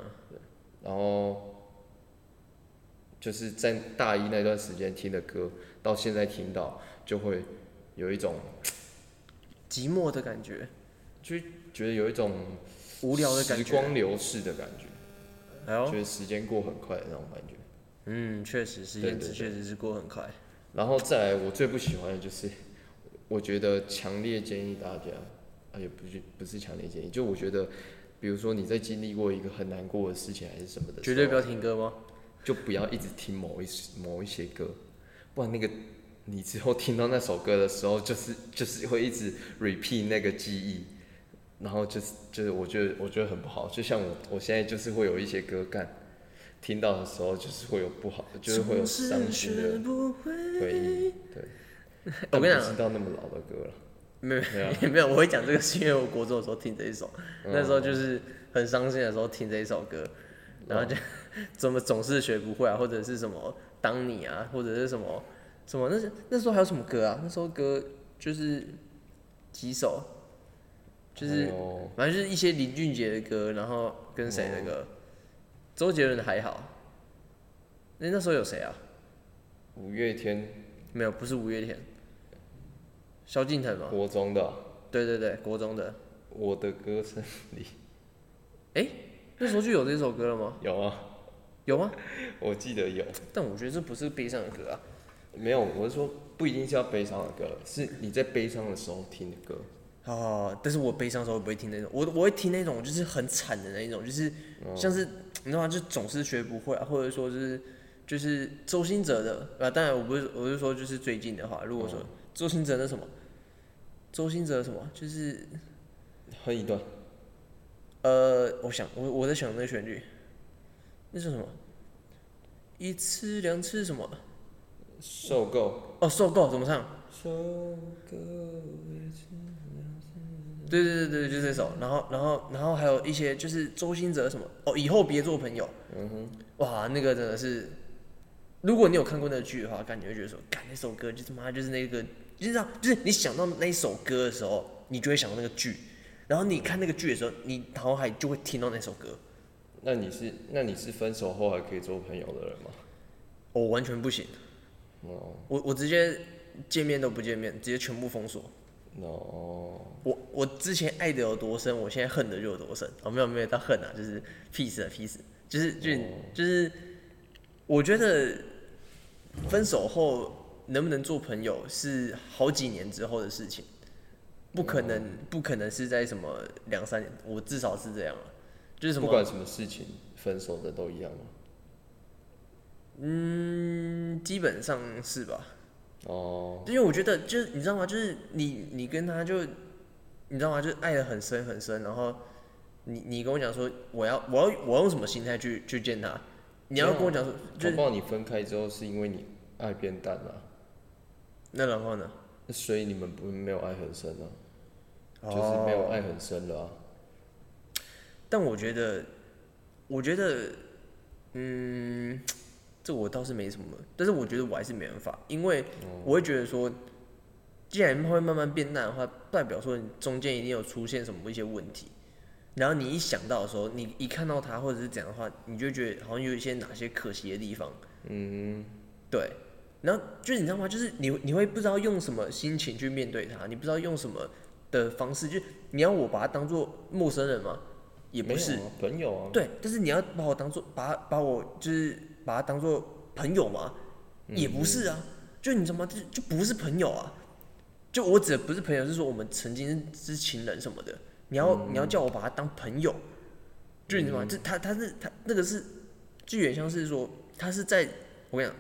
[SPEAKER 1] 然后就是在大一那段时间听的歌，到现在听到就会有一种
[SPEAKER 2] 寂寞的感觉，
[SPEAKER 1] 觉得有一种
[SPEAKER 2] 无聊的感
[SPEAKER 1] 时
[SPEAKER 2] 觉。
[SPEAKER 1] 光流逝的感觉，
[SPEAKER 2] 哎呦，
[SPEAKER 1] 觉得时间过很快的那种感觉。
[SPEAKER 2] 嗯，确实，时间
[SPEAKER 1] 对对对
[SPEAKER 2] 确实是过很快。
[SPEAKER 1] 然后再来，我最不喜欢的就是，我觉得强烈建议大家，啊，也不是不是强烈建议，就我觉得，比如说你在经历过一个很难过的事情还是什么的时候，
[SPEAKER 2] 绝对不要听歌吗？
[SPEAKER 1] 就不要一直听某一某一些歌，不然那个你之后听到那首歌的时候，就是就是会一直 repeat 那个记忆，然后就是就是我觉得我觉得很不好，就像我我现在就是会有一些歌干，听到的时候，就是会有不好，就是会有伤心的回忆。对， 但
[SPEAKER 2] 我跟你
[SPEAKER 1] 不
[SPEAKER 2] 讲，
[SPEAKER 1] 知道那么老的歌了。
[SPEAKER 2] 没有
[SPEAKER 1] 对啊嗯
[SPEAKER 2] 也没有，我会讲这个是因为我国中的时候听这一首，那时候就是很伤心的时候听这一首歌，然后就、
[SPEAKER 1] 嗯
[SPEAKER 2] 怎么总是学不会啊，或者是什么当你啊，或者是什么什么那是那时候还有什么歌啊？那时候歌就是几首，就是、
[SPEAKER 1] 哦
[SPEAKER 2] 反正就是一些林俊杰的歌，然后跟谁的歌，周杰伦的还好，那那时候有谁啊？
[SPEAKER 1] 五月天
[SPEAKER 2] 没有，不是五月天，萧敬腾吗？
[SPEAKER 1] 国中的啊、
[SPEAKER 2] 对对对，国中的。
[SPEAKER 1] 我的歌声里
[SPEAKER 2] 哎、那时候就有这首歌了吗？
[SPEAKER 1] 有啊，
[SPEAKER 2] 有吗？
[SPEAKER 1] 我记得有。
[SPEAKER 2] 但我觉得这不是悲伤的歌啊。
[SPEAKER 1] 没有，我是说不一定是要悲伤的歌，是你在悲伤的时候听的歌。
[SPEAKER 2] 哦，但是我悲伤的时候我不会听那种，我我会听那种就是很惨的那一种，就是像是你知道吗？就总是学不会啊，或者说就是就是周兴哲的啊。当然我不是，我是说就是最近的话，如果说周兴哲的什么，周兴哲的什么，就是
[SPEAKER 1] 哼一段，
[SPEAKER 2] 呃，我想我我在想那个旋律，那是什么？一次两次什么？
[SPEAKER 1] 受够，
[SPEAKER 2] 哦，受够怎么唱？
[SPEAKER 1] 受够，
[SPEAKER 2] 对对对对，就这首。然后然后然后还有一些就是周兴哲什么哦，以后别做朋友。
[SPEAKER 1] 嗯哼，
[SPEAKER 2] 哇，那个真的是，如果你有看过那个剧的话，感觉会觉得说，干那首歌就他妈就是那个，就是让就是你想到那一首歌的时候，你就会想到那个剧。然后你看那个剧的时候，你脑海就会听到那首歌。
[SPEAKER 1] 那你是那你是分手后还可以做朋友的人吗？
[SPEAKER 2] 我、完全不行，
[SPEAKER 1] 哦
[SPEAKER 2] 我我直接见面都不见面，直接全部封锁。
[SPEAKER 1] ，no，
[SPEAKER 2] 我我之前爱的有多深，我现在恨的就有多深。哦，没有没有到恨啊，就是 peace 啊 peace，就是就、
[SPEAKER 1] 哦
[SPEAKER 2] 就是，我觉得分手后能不能做朋友是好几年之后的事情，不
[SPEAKER 1] 哦
[SPEAKER 2] 可能、不可能是在什么两三年，我至少是这样啊，就是什
[SPEAKER 1] 不
[SPEAKER 2] 么
[SPEAKER 1] 管什么事情，分手的都一样吗？
[SPEAKER 2] 嗯，基本上是吧？
[SPEAKER 1] 哦，
[SPEAKER 2] 因为我觉得就是你知道吗？就是你你跟他就你知道吗？就是爱的很深很深，然后你你跟我讲说我要我要我要用什么心态去去见他？你要跟我讲说
[SPEAKER 1] 搞
[SPEAKER 2] 就是
[SPEAKER 1] 不好你分开之后是因为你爱变淡了、
[SPEAKER 2] 那然后呢？
[SPEAKER 1] 所以你们不没有爱很深了、
[SPEAKER 2] 哦
[SPEAKER 1] 就是没有爱很深了、啊。
[SPEAKER 2] 但我觉得我觉得嗯，这我倒是没什么，但是我觉得我还是没办法，因为
[SPEAKER 1] 哦
[SPEAKER 2] 我会觉得说，既然会慢慢变淡的话，代表说你中间一定有出现什么一些问题。然后你一想到的时候，你一看到他或者是怎样的话，你就觉得好像有一些哪些可惜的地方。
[SPEAKER 1] 嗯，
[SPEAKER 2] 对，然后就是你知道吗？就是你你会不知道用什么心情去面对他，你不知道用什么的方式，就是你要我把他当做陌生人吗？也
[SPEAKER 1] 没
[SPEAKER 2] 不
[SPEAKER 1] 有
[SPEAKER 2] 是，
[SPEAKER 1] 啊朋友啊。
[SPEAKER 2] 对，但是你要把我当做把把我就是把他当做朋友嘛，
[SPEAKER 1] 嗯
[SPEAKER 2] 也不是啊，就你知道吗？就就不是朋友啊，就我指的不是朋友，是说我们曾经是情人什么的。你要、你要叫我把他当朋友，就你知道吗？这他他是他那个是，就有点像是说他是在我跟你讲，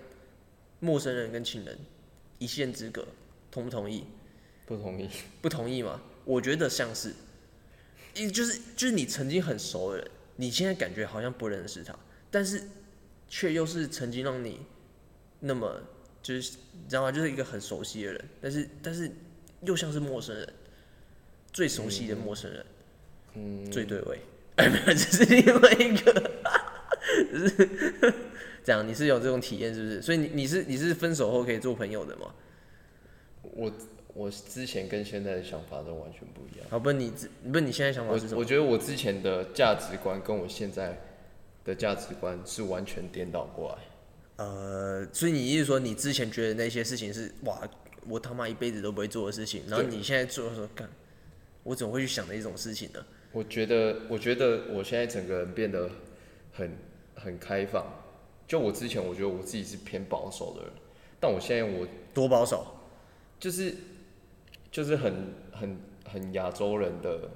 [SPEAKER 2] 陌生人跟情人一线之隔，同不同意？
[SPEAKER 1] 不同意。
[SPEAKER 2] 不同意吗？我觉得像是，也就是就是你曾经很熟的人，你现在感觉好像不认识他，但是却又是曾经让你那么就是你知道吗？就是一个很熟悉的人，但是但是又像是陌生人，最熟悉的陌生人，
[SPEAKER 1] 嗯，
[SPEAKER 2] 最对味。 哎，没有，这是另外一个， 只是这样你是有这种体验是不是？所以你你是你是分手后可以做朋友的吗？
[SPEAKER 1] 我我之前跟现在的想法都完全不一样。
[SPEAKER 2] 好，不然你自不是你现在想法
[SPEAKER 1] 我
[SPEAKER 2] 是什么？
[SPEAKER 1] 我觉得我之前的价值观跟我现在的价值观是完全颠倒过来。
[SPEAKER 2] 呃，所以你意思说，你之前觉得那些事情是哇，我他妈一辈子都不会做的事情，然后
[SPEAKER 1] 对
[SPEAKER 2] 你现在做的时候，干，我怎么会去想的一种事情呢？
[SPEAKER 1] 我觉得，我觉得我现在整个人变得很很开放。就我之前，我觉得我自己是偏保守的人，但我现在我
[SPEAKER 2] 多保守，
[SPEAKER 1] 就是就是很很很亚洲人的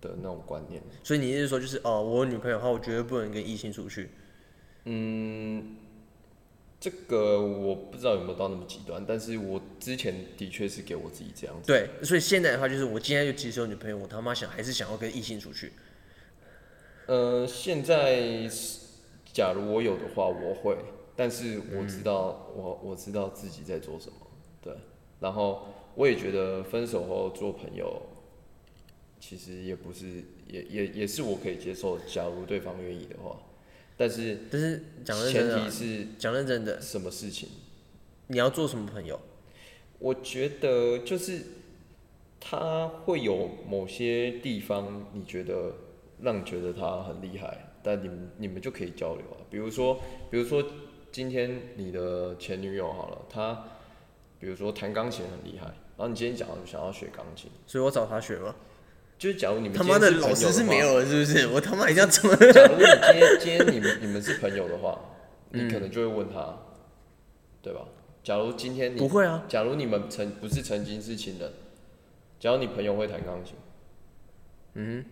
[SPEAKER 1] 的那种观念。
[SPEAKER 2] 所以你意思说就是哦，我有女朋友的话，我绝对不能跟异性出去。
[SPEAKER 1] 这个我不知道有没有到那么极端，但是我之前的确是给我自己这样子。
[SPEAKER 2] 对，所以现在的话就是，我今天就即使有女朋友，我他妈想还是想要跟异性出去。
[SPEAKER 1] 呃，现在是假如我有的话，我会，但是我
[SPEAKER 2] 嗯
[SPEAKER 1] 知道、我我知道自己在做什么，对。然后我也觉得分手后做朋友，其实也不是也也也是我可以接受的，假如对方愿意的话。但是
[SPEAKER 2] 但是讲认真
[SPEAKER 1] 前
[SPEAKER 2] 的
[SPEAKER 1] 提
[SPEAKER 2] 啊，
[SPEAKER 1] 是
[SPEAKER 2] 讲认真的，
[SPEAKER 1] 什么事情？
[SPEAKER 2] 你要做什么朋友？
[SPEAKER 1] 我觉得就是他会有某些地方，你觉得让你觉得他很厉害，但你们你们就可以交流啊。比如说，比如说今天你的前女友好了，她比如说弹钢琴很厉害，然后你今天讲想要学钢琴，
[SPEAKER 2] 所以我找他学嘛。
[SPEAKER 1] 就是假如你们
[SPEAKER 2] 他
[SPEAKER 1] 今
[SPEAKER 2] 妈
[SPEAKER 1] 天
[SPEAKER 2] 的，
[SPEAKER 1] 是朋
[SPEAKER 2] 老
[SPEAKER 1] 友
[SPEAKER 2] 师
[SPEAKER 1] 的
[SPEAKER 2] 是没
[SPEAKER 1] 话
[SPEAKER 2] 有了，是不是？我他妈一定要怎么？
[SPEAKER 1] 假如你今天今天你们你们是朋友的话，你
[SPEAKER 2] 嗯
[SPEAKER 1] 可能就会问他，对吧？假如今天 你
[SPEAKER 2] 不会啊，
[SPEAKER 1] 假如你们曾不是曾经是情人，假如你朋友会弹钢琴，
[SPEAKER 2] 嗯，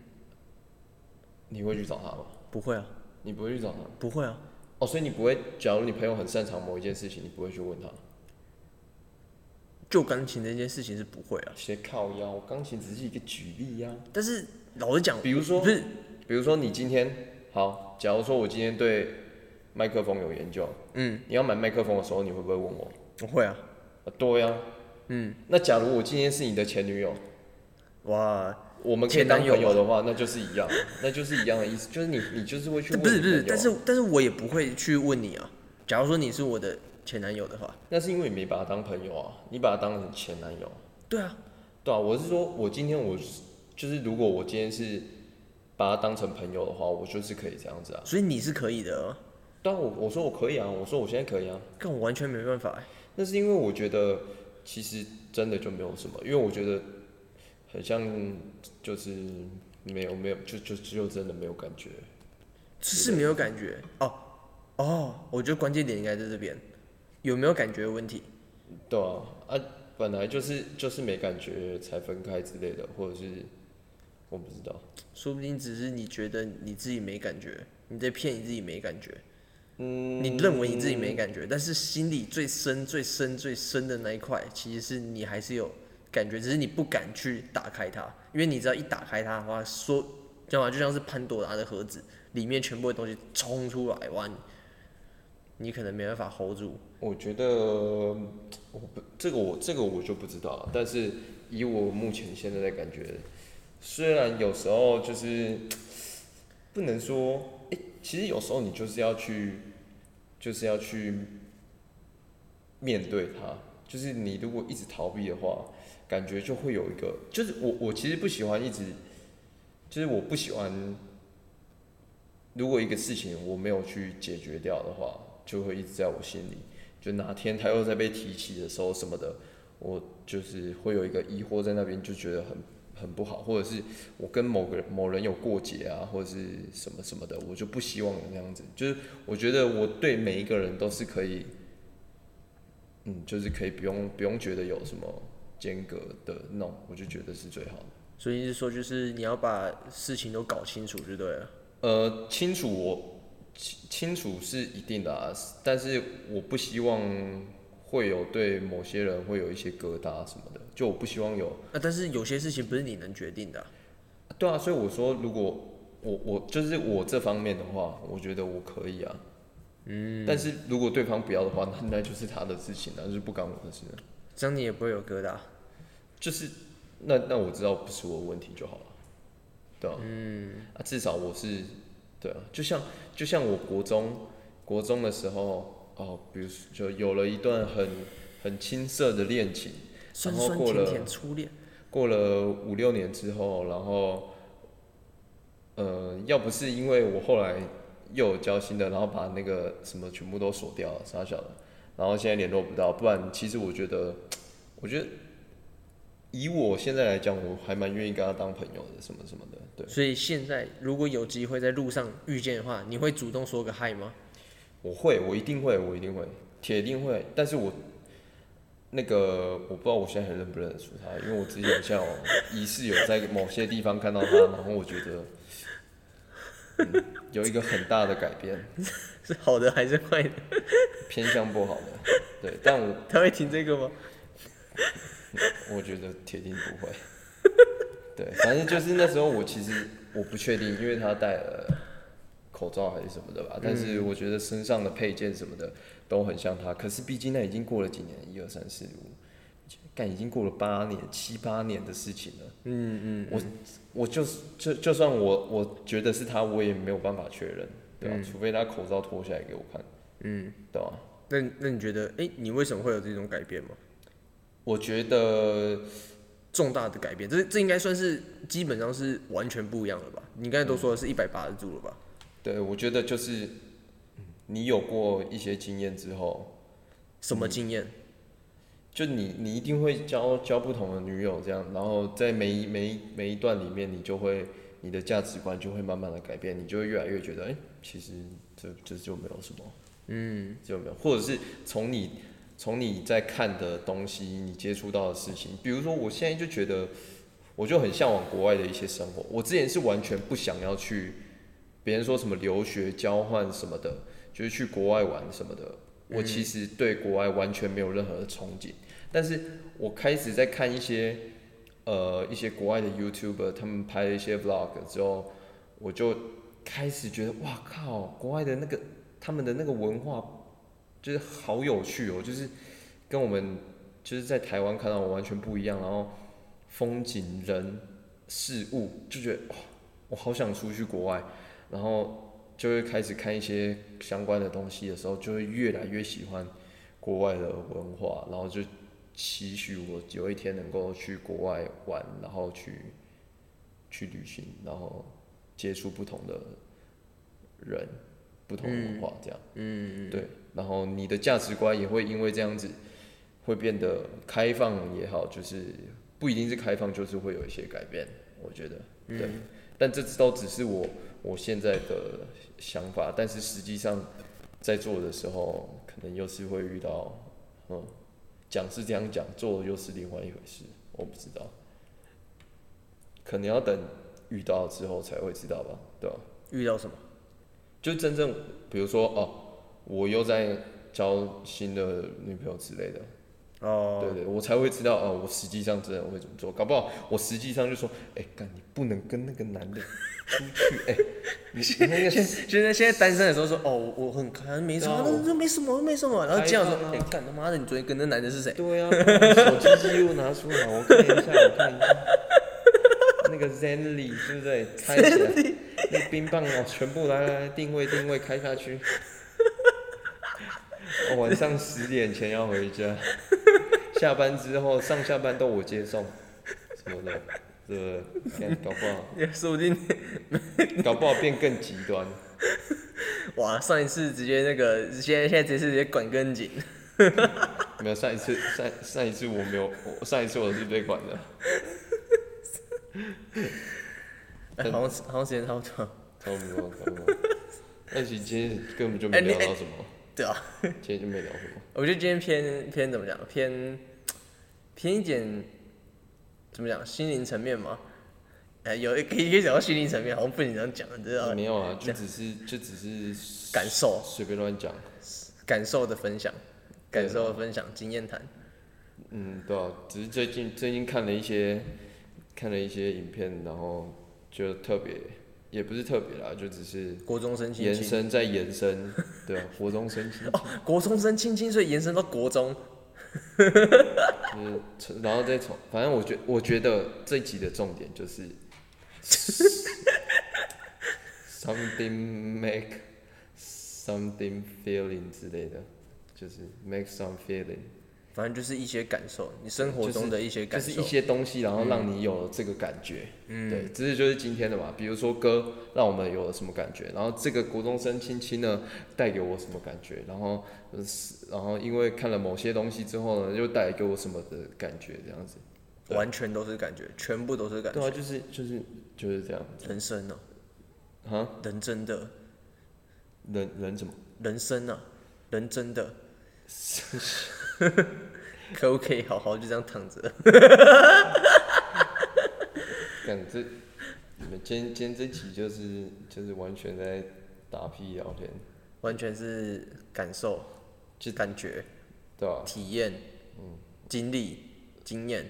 [SPEAKER 1] 你会去找他吗？
[SPEAKER 2] 不会啊，
[SPEAKER 1] 你不会去找他
[SPEAKER 2] 不会啊，
[SPEAKER 1] 哦，所以你不会。假如你朋友很擅长某一件事情，你不会去问他。
[SPEAKER 2] 就钢琴这件事情是不会啊。
[SPEAKER 1] 些靠腰，钢琴只是一个举例呀、
[SPEAKER 2] 但是老实讲，
[SPEAKER 1] 比如说
[SPEAKER 2] 不是，
[SPEAKER 1] 比如说你今天好，假如说我今天对麦克风有研究，
[SPEAKER 2] 嗯，
[SPEAKER 1] 你要买麦克风的时候，你会不会问我？
[SPEAKER 2] 我会啊，
[SPEAKER 1] 啊对呀、
[SPEAKER 2] 嗯，
[SPEAKER 1] 那假如我今天是你的前女友，
[SPEAKER 2] 哇，
[SPEAKER 1] 我们可以当朋友的话，那就是一样，那就是一样的意思，就是你你就是会去
[SPEAKER 2] 这
[SPEAKER 1] 问
[SPEAKER 2] 不是不
[SPEAKER 1] 你
[SPEAKER 2] 是，
[SPEAKER 1] 朋友啊
[SPEAKER 2] 但是但是我也不会去问你啊。假如说你是我的前男友的话，
[SPEAKER 1] 那是因为你没把他当朋友啊，你把他当成前男友，
[SPEAKER 2] 对啊，
[SPEAKER 1] 对啊，我是说我今天我是就是如果我今天是把他当成朋友的话，我就是可以这样子啊，
[SPEAKER 2] 所以你是可以的、啊，
[SPEAKER 1] 对啊，我我说我可以啊，我说我现在可以啊，
[SPEAKER 2] 但我完全没办法、欸。
[SPEAKER 1] 那是因为我觉得其实真的就没有什么，因为我觉得很像就是没有没有就就就真的没有感觉，
[SPEAKER 2] 是是没有感觉哦哦，我觉得关键点应该在这边，有没有感觉的问题？
[SPEAKER 1] 对啊，啊，本来就是就是没感觉才分开之类的，或者是我不知道。
[SPEAKER 2] 说不定只是你觉得你自己没感觉，你在骗你自己没感觉，
[SPEAKER 1] 嗯，
[SPEAKER 2] 你认为你自己没感觉，但是心里最深、最深、最深的那一块，其实是你还是有感觉，只是你不敢去打开它，因为你只要一打开它的话，说，知道吗？就像是潘多拉的盒子，里面全部的东西冲出来，哇，你你可能没办法 hold 住。
[SPEAKER 1] 我觉得嗯我不这个我这个我就不知道了，但是以我目前现在的感觉，虽然有时候就是不能说，哎、其实有时候你就是要去，就是要去面对它。就是你如果一直逃避的话，感觉就会有一个，就是我我其实不喜欢一直，就是我不喜欢，如果一个事情我没有去解决掉的话，就会一直在我心里。就哪天它又在被提起的时候什么的，我就是会有一个疑惑在那边，就觉得很很不好，或者是我跟某个人某人有过节啊，或者是什么什么的，我就不希望那样子。就是我觉得我对每一个人都是可以，嗯，就是可以不用不用觉得有什么间隔的那种，我就觉得是最好的。
[SPEAKER 2] 所以是说，就是你要把事情都搞清楚就对了。
[SPEAKER 1] 呃，清楚我清清楚是一定的啊，但是我不希望会有对某些人会有一些疙瘩什么的，就我不希望有。
[SPEAKER 2] 啊，但是有些事情不是你能决定的啊、
[SPEAKER 1] 对啊，所以我说，如果我我就是我这方面的话，我觉得我可以啊。嗯，但是如果对方不要的话，那那就是他的事情了、就是不干我的事啊了。
[SPEAKER 2] 这样你也不会有疙瘩。
[SPEAKER 1] 就是那那我知道不是我的问题就好了，对啊，嗯，啊，至少我是对啊，就像就像我国中国中的时候哦，比如说就有了一段很很青涩的恋情，
[SPEAKER 2] 酸
[SPEAKER 1] 然后
[SPEAKER 2] 酸
[SPEAKER 1] 过
[SPEAKER 2] 甜
[SPEAKER 1] 了
[SPEAKER 2] 甜初恋，
[SPEAKER 1] 过了五六年之后，然后，呃，要不是因为我后来又有交新的，然后把那个什么全部都锁掉了，傻小的，然后现在联络不到，不然其实我觉得，我觉得以我现在来讲，我还蛮愿意跟他当朋友的，什么什么的，对，
[SPEAKER 2] 所以现在如果有机会在路上遇见的话，你会主动说个嗨吗？
[SPEAKER 1] 我会，我一定会，我一定会，铁定会，但是我。那个我不知道我现在还认不认得出他，因为我之前好像有疑似有在某些地方看到他，然后我觉得、嗯有一个很大的改变，
[SPEAKER 2] 是好的还是坏的？
[SPEAKER 1] 偏向不好的。对，但我
[SPEAKER 2] 他会听这个吗？
[SPEAKER 1] 我觉得铁定不会。对，反正就是那时候我其实我不确定，因为他戴了口罩还是什么的吧，但
[SPEAKER 2] 嗯
[SPEAKER 1] 是我觉得身上的配件什么的都很像他。可是毕竟那已经过了几年，一二三四五，干已经过了八年、七八年的事情了。
[SPEAKER 2] 嗯嗯，
[SPEAKER 1] 我我就是就就算我我觉得是他，我也没有办法确认，对吧、
[SPEAKER 2] 嗯
[SPEAKER 1] 除非他口罩脱下来给我看，嗯，对吧、
[SPEAKER 2] 那那你觉得，哎、你为什么会有这种改变吗？
[SPEAKER 1] 我觉得
[SPEAKER 2] 重大的改变，这这应该算是基本上是完全不一样了吧？你刚才都说的是一百八十度了吧？
[SPEAKER 1] 对，我觉得就是嗯你有过一些经验之后，
[SPEAKER 2] 什么经验？
[SPEAKER 1] 就你你一定会交交不同的女友，这样，然后在每一每一每一段里面，你就会你的价值观就会慢慢的改变，你就会越来越觉得，哎、其实这这就没有什么，嗯，就没有，或者是从你从你在看的东西，你接触到的事情，比如说我现在就觉得，我就很向往国外的一些生活，我之前是完全不想要去，别人说什么留学交换什么的，就是去国外玩什么的，我其实对国外完全没有任何的憧憬。但是我开始在看一些呃一些国外的 YouTuber 他们拍了一些 Vlog 之后，我就开始觉得哇靠，国外的那个他们的那个文化就是好有趣哦，就是跟我们就是在台湾看到我完全不一样，然后风景、人、事物就觉得哇，我好想出去国外，然后就会开始看一些相关的东西的时候，就会越来越喜欢国外的文化，然后就期许我有一天能够去国外玩，然后去去旅行，然后接触不同的人、不同的文化，这样。
[SPEAKER 2] 嗯，
[SPEAKER 1] 对，然后你的价值观也会因为这样子会变得开放也好，就是不一定是开放，就是会有一些改变，我觉得，
[SPEAKER 2] 嗯
[SPEAKER 1] 对。但这都只是我我现在的想法，但是实际上在做的时候，可能又是会遇到，嗯，讲是这样讲，做又是另外一回事，我不知道，可能要等遇到之后才会知道吧，对吧？
[SPEAKER 2] 遇到什么？
[SPEAKER 1] 就真正比如说哦，我又在交新的女朋友之类的，
[SPEAKER 2] 哦，
[SPEAKER 1] 对对，我才会知道哦，我实际上真的会怎么做，搞不好我实际上就说，哎、干你不能跟那个男的出去，哎、你你 那个
[SPEAKER 2] 现现在现在单身的时候说哦，我我很看没什么，
[SPEAKER 1] 对啊
[SPEAKER 2] 那那没什么，没什么。然后
[SPEAKER 1] 开
[SPEAKER 2] 这样说，
[SPEAKER 1] 放啊
[SPEAKER 2] 哦哎、干他妈的，你昨天跟那男的是谁？
[SPEAKER 1] 对啊，把手机记录拿出来，我看一下，我看一下。那个 Zenly 对不对？开起来，那冰棒哦，全部来来来定位定位开下去。哦、晚上十点前要回家，下班之后上下班都我接送，什么的，对不对？干搞不好，
[SPEAKER 2] 也 说不定，
[SPEAKER 1] 搞不好变更极端。
[SPEAKER 2] 哇，上一次直接那个，现在现在这次直接管更紧，
[SPEAKER 1] 没有上一次上上一次我没有，我上一次我是被管的。
[SPEAKER 2] 哎、
[SPEAKER 1] 嗯
[SPEAKER 2] 好像好像时间差不多，
[SPEAKER 1] 差不多，差不多。那其实今天根本就没
[SPEAKER 2] 哎你
[SPEAKER 1] 聊到什么，
[SPEAKER 2] 对啊，
[SPEAKER 1] 今天就没聊什么。
[SPEAKER 2] 我觉得今天偏偏怎么讲，偏偏一点怎么讲，心灵层面嘛，哎、有可以可以讲到心灵层面，好像不能这样讲，你知道吗
[SPEAKER 1] 没有啊，就只是就只是
[SPEAKER 2] 感受
[SPEAKER 1] 随便乱讲。
[SPEAKER 2] 感受的分享，感
[SPEAKER 1] 对啊
[SPEAKER 2] 受的分享，经验谈。
[SPEAKER 1] 嗯，对啊，只是最近最近看了一些看了一些影片，然后就特别也不是特别啦，就只是
[SPEAKER 2] 国中生亲
[SPEAKER 1] 延
[SPEAKER 2] 亲，
[SPEAKER 1] 伸再延伸，对啊，国中生亲，
[SPEAKER 2] 国中生亲亲，所以延伸到国中。
[SPEAKER 1] 就是从然后再从，反正我觉我觉得这集的重点就是 something make something feeling 之类的，就是 make some feeling。
[SPEAKER 2] 反正就是一些感受，你生活中的一些
[SPEAKER 1] 就
[SPEAKER 2] 感受。
[SPEAKER 1] 是一些东西，然后让你有了这个感觉。嗯，对，这是就是今天的嘛。比如说歌，让我们有了什么感觉，然后这个国中生亲亲呢，带给我什么感觉，然后，呃是然后因为看了某些东西之后呢，又带给我什么的感觉，这样子。对
[SPEAKER 2] 完全都是感觉，全部都是感
[SPEAKER 1] 对
[SPEAKER 2] 觉。
[SPEAKER 1] 啊，就是就是就是这样子
[SPEAKER 2] 人生呢、
[SPEAKER 1] 啊，
[SPEAKER 2] 人真的，
[SPEAKER 1] 人人怎么？
[SPEAKER 2] 人生啊，人真 的。可不可以好好就这样躺着？
[SPEAKER 1] 感这你们今天今天这期就是就是完全在打屁聊天，
[SPEAKER 2] 完全是感受、
[SPEAKER 1] 就嗯
[SPEAKER 2] 感觉、
[SPEAKER 1] 对吧、
[SPEAKER 2] 体验、经历、经验、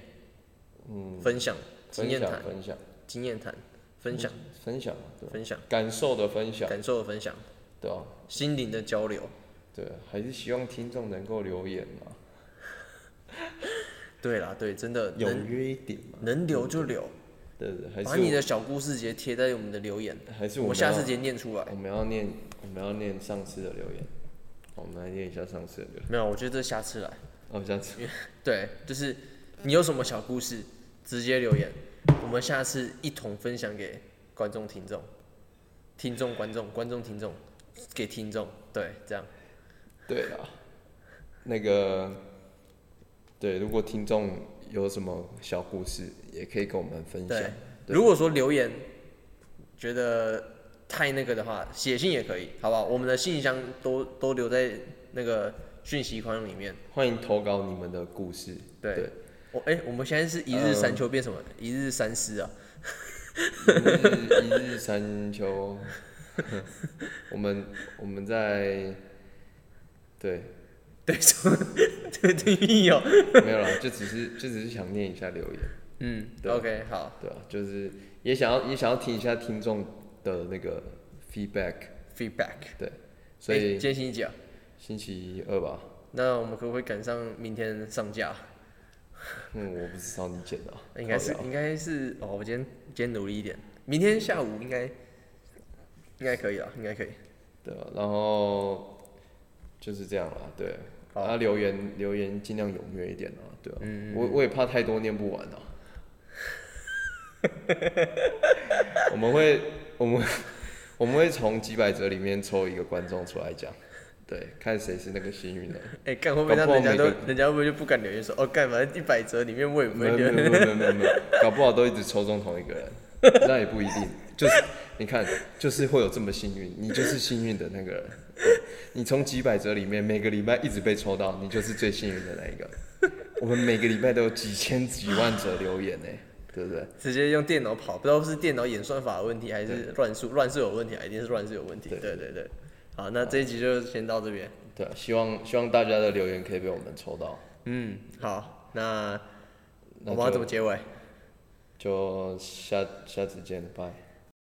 [SPEAKER 1] 嗯，
[SPEAKER 2] 分享、经
[SPEAKER 1] 分
[SPEAKER 2] 验
[SPEAKER 1] 享
[SPEAKER 2] 谈、
[SPEAKER 1] 分享，嗯
[SPEAKER 2] 经验谈。分享
[SPEAKER 1] 分享，对吧，
[SPEAKER 2] 分享
[SPEAKER 1] 感受的分享，
[SPEAKER 2] 感受的分享，
[SPEAKER 1] 对啊，
[SPEAKER 2] 心灵的交流。
[SPEAKER 1] 对，还是希望听众能够留言嘛，
[SPEAKER 2] 对啦，对，真的
[SPEAKER 1] 踊
[SPEAKER 2] 呃能
[SPEAKER 1] 跃一点嘛，
[SPEAKER 2] 能留就留，
[SPEAKER 1] 对对，嗯还
[SPEAKER 2] 把
[SPEAKER 1] 是
[SPEAKER 2] 你
[SPEAKER 1] 我
[SPEAKER 2] 的小故事直接贴在我们的留言，
[SPEAKER 1] 还是我
[SPEAKER 2] 我
[SPEAKER 1] 们
[SPEAKER 2] 下
[SPEAKER 1] 要
[SPEAKER 2] 次直接念出来。
[SPEAKER 1] 我们要念我们要念上次的留言，好我们来念一下上次的留言，
[SPEAKER 2] 没有，我觉得这下次来。
[SPEAKER 1] 哦，下次
[SPEAKER 2] 对，就是你有什么小故事，直接留言，我们下次一同分享给观众、听众、听众、观众、观众、听众，给听众，对，这样
[SPEAKER 1] 对啊，那个对，如果听众有什么小故事，也可以跟我们分享
[SPEAKER 2] 对。。
[SPEAKER 1] 对
[SPEAKER 2] 如果说留言觉得太那个的话，写信也可以，好不好？我们的信箱都都留在那个讯息框里面。
[SPEAKER 1] 欢迎投稿你们的故 事，
[SPEAKER 2] 对
[SPEAKER 1] 对，呃
[SPEAKER 2] 我哎、我们现在是一日三秋变什么？一日三思啊！
[SPEAKER 1] 一日一日三秋。 我们我们在对，
[SPEAKER 2] 对，什么？对对对哦。
[SPEAKER 1] 没有啦，就只是就只是想念一下留言，
[SPEAKER 2] 嗯
[SPEAKER 1] 对
[SPEAKER 2] ，OK，好。
[SPEAKER 1] 对啊，就是也想要也想要听一下听众的那个 feedback，
[SPEAKER 2] feedback。
[SPEAKER 1] 所
[SPEAKER 2] 诶
[SPEAKER 1] 以
[SPEAKER 2] 今天星期几啊？
[SPEAKER 1] 星期二吧，
[SPEAKER 2] 那我们可不可以赶上明天上架？
[SPEAKER 1] 嗯，我不知道你剪的啊，
[SPEAKER 2] 应该是
[SPEAKER 1] 靠腰
[SPEAKER 2] 应该是哦，我今天今天努力一点，明天下午应该应该可以啊了，应该可以。
[SPEAKER 1] 对啊，然后就是这样啦，对，
[SPEAKER 2] 好
[SPEAKER 1] 啊，留言留言尽量踊跃一点啊，对啊，我我也怕太多念不完啊，我们会我们我们会从几百则里面抽一个观众出来讲，对，看谁是那个幸运的，
[SPEAKER 2] 哎、干会不会让
[SPEAKER 1] 搞不好
[SPEAKER 2] 人家都
[SPEAKER 1] 每个
[SPEAKER 2] 人家会不会就不敢留言说哦，干反正一百折里面我也不
[SPEAKER 1] 没
[SPEAKER 2] 会
[SPEAKER 1] 有没有
[SPEAKER 2] 留
[SPEAKER 1] 没有没有没有 没有，搞不好都一直抽中同一个人，那也不一定，就是你看，就是会有这么幸运，你就是幸运的那个人，你从几百折里面每个礼拜一直被抽到，你就是最幸运的那一个。我们每个礼拜都有几千几万则留言呢、对不对？
[SPEAKER 2] 直接用电脑跑，不知道是电脑演算法的问题还是乱数乱数有问题啊，一定是乱数有问题。
[SPEAKER 1] 对
[SPEAKER 2] 对对对，好，那这一集就先到这边。
[SPEAKER 1] 对啊，希望希望大家的留言可以被我们抽到，
[SPEAKER 2] 嗯，好，那
[SPEAKER 1] 那
[SPEAKER 2] 我们要
[SPEAKER 1] 就
[SPEAKER 2] 怎么结尾？
[SPEAKER 1] 就下下次见，拜。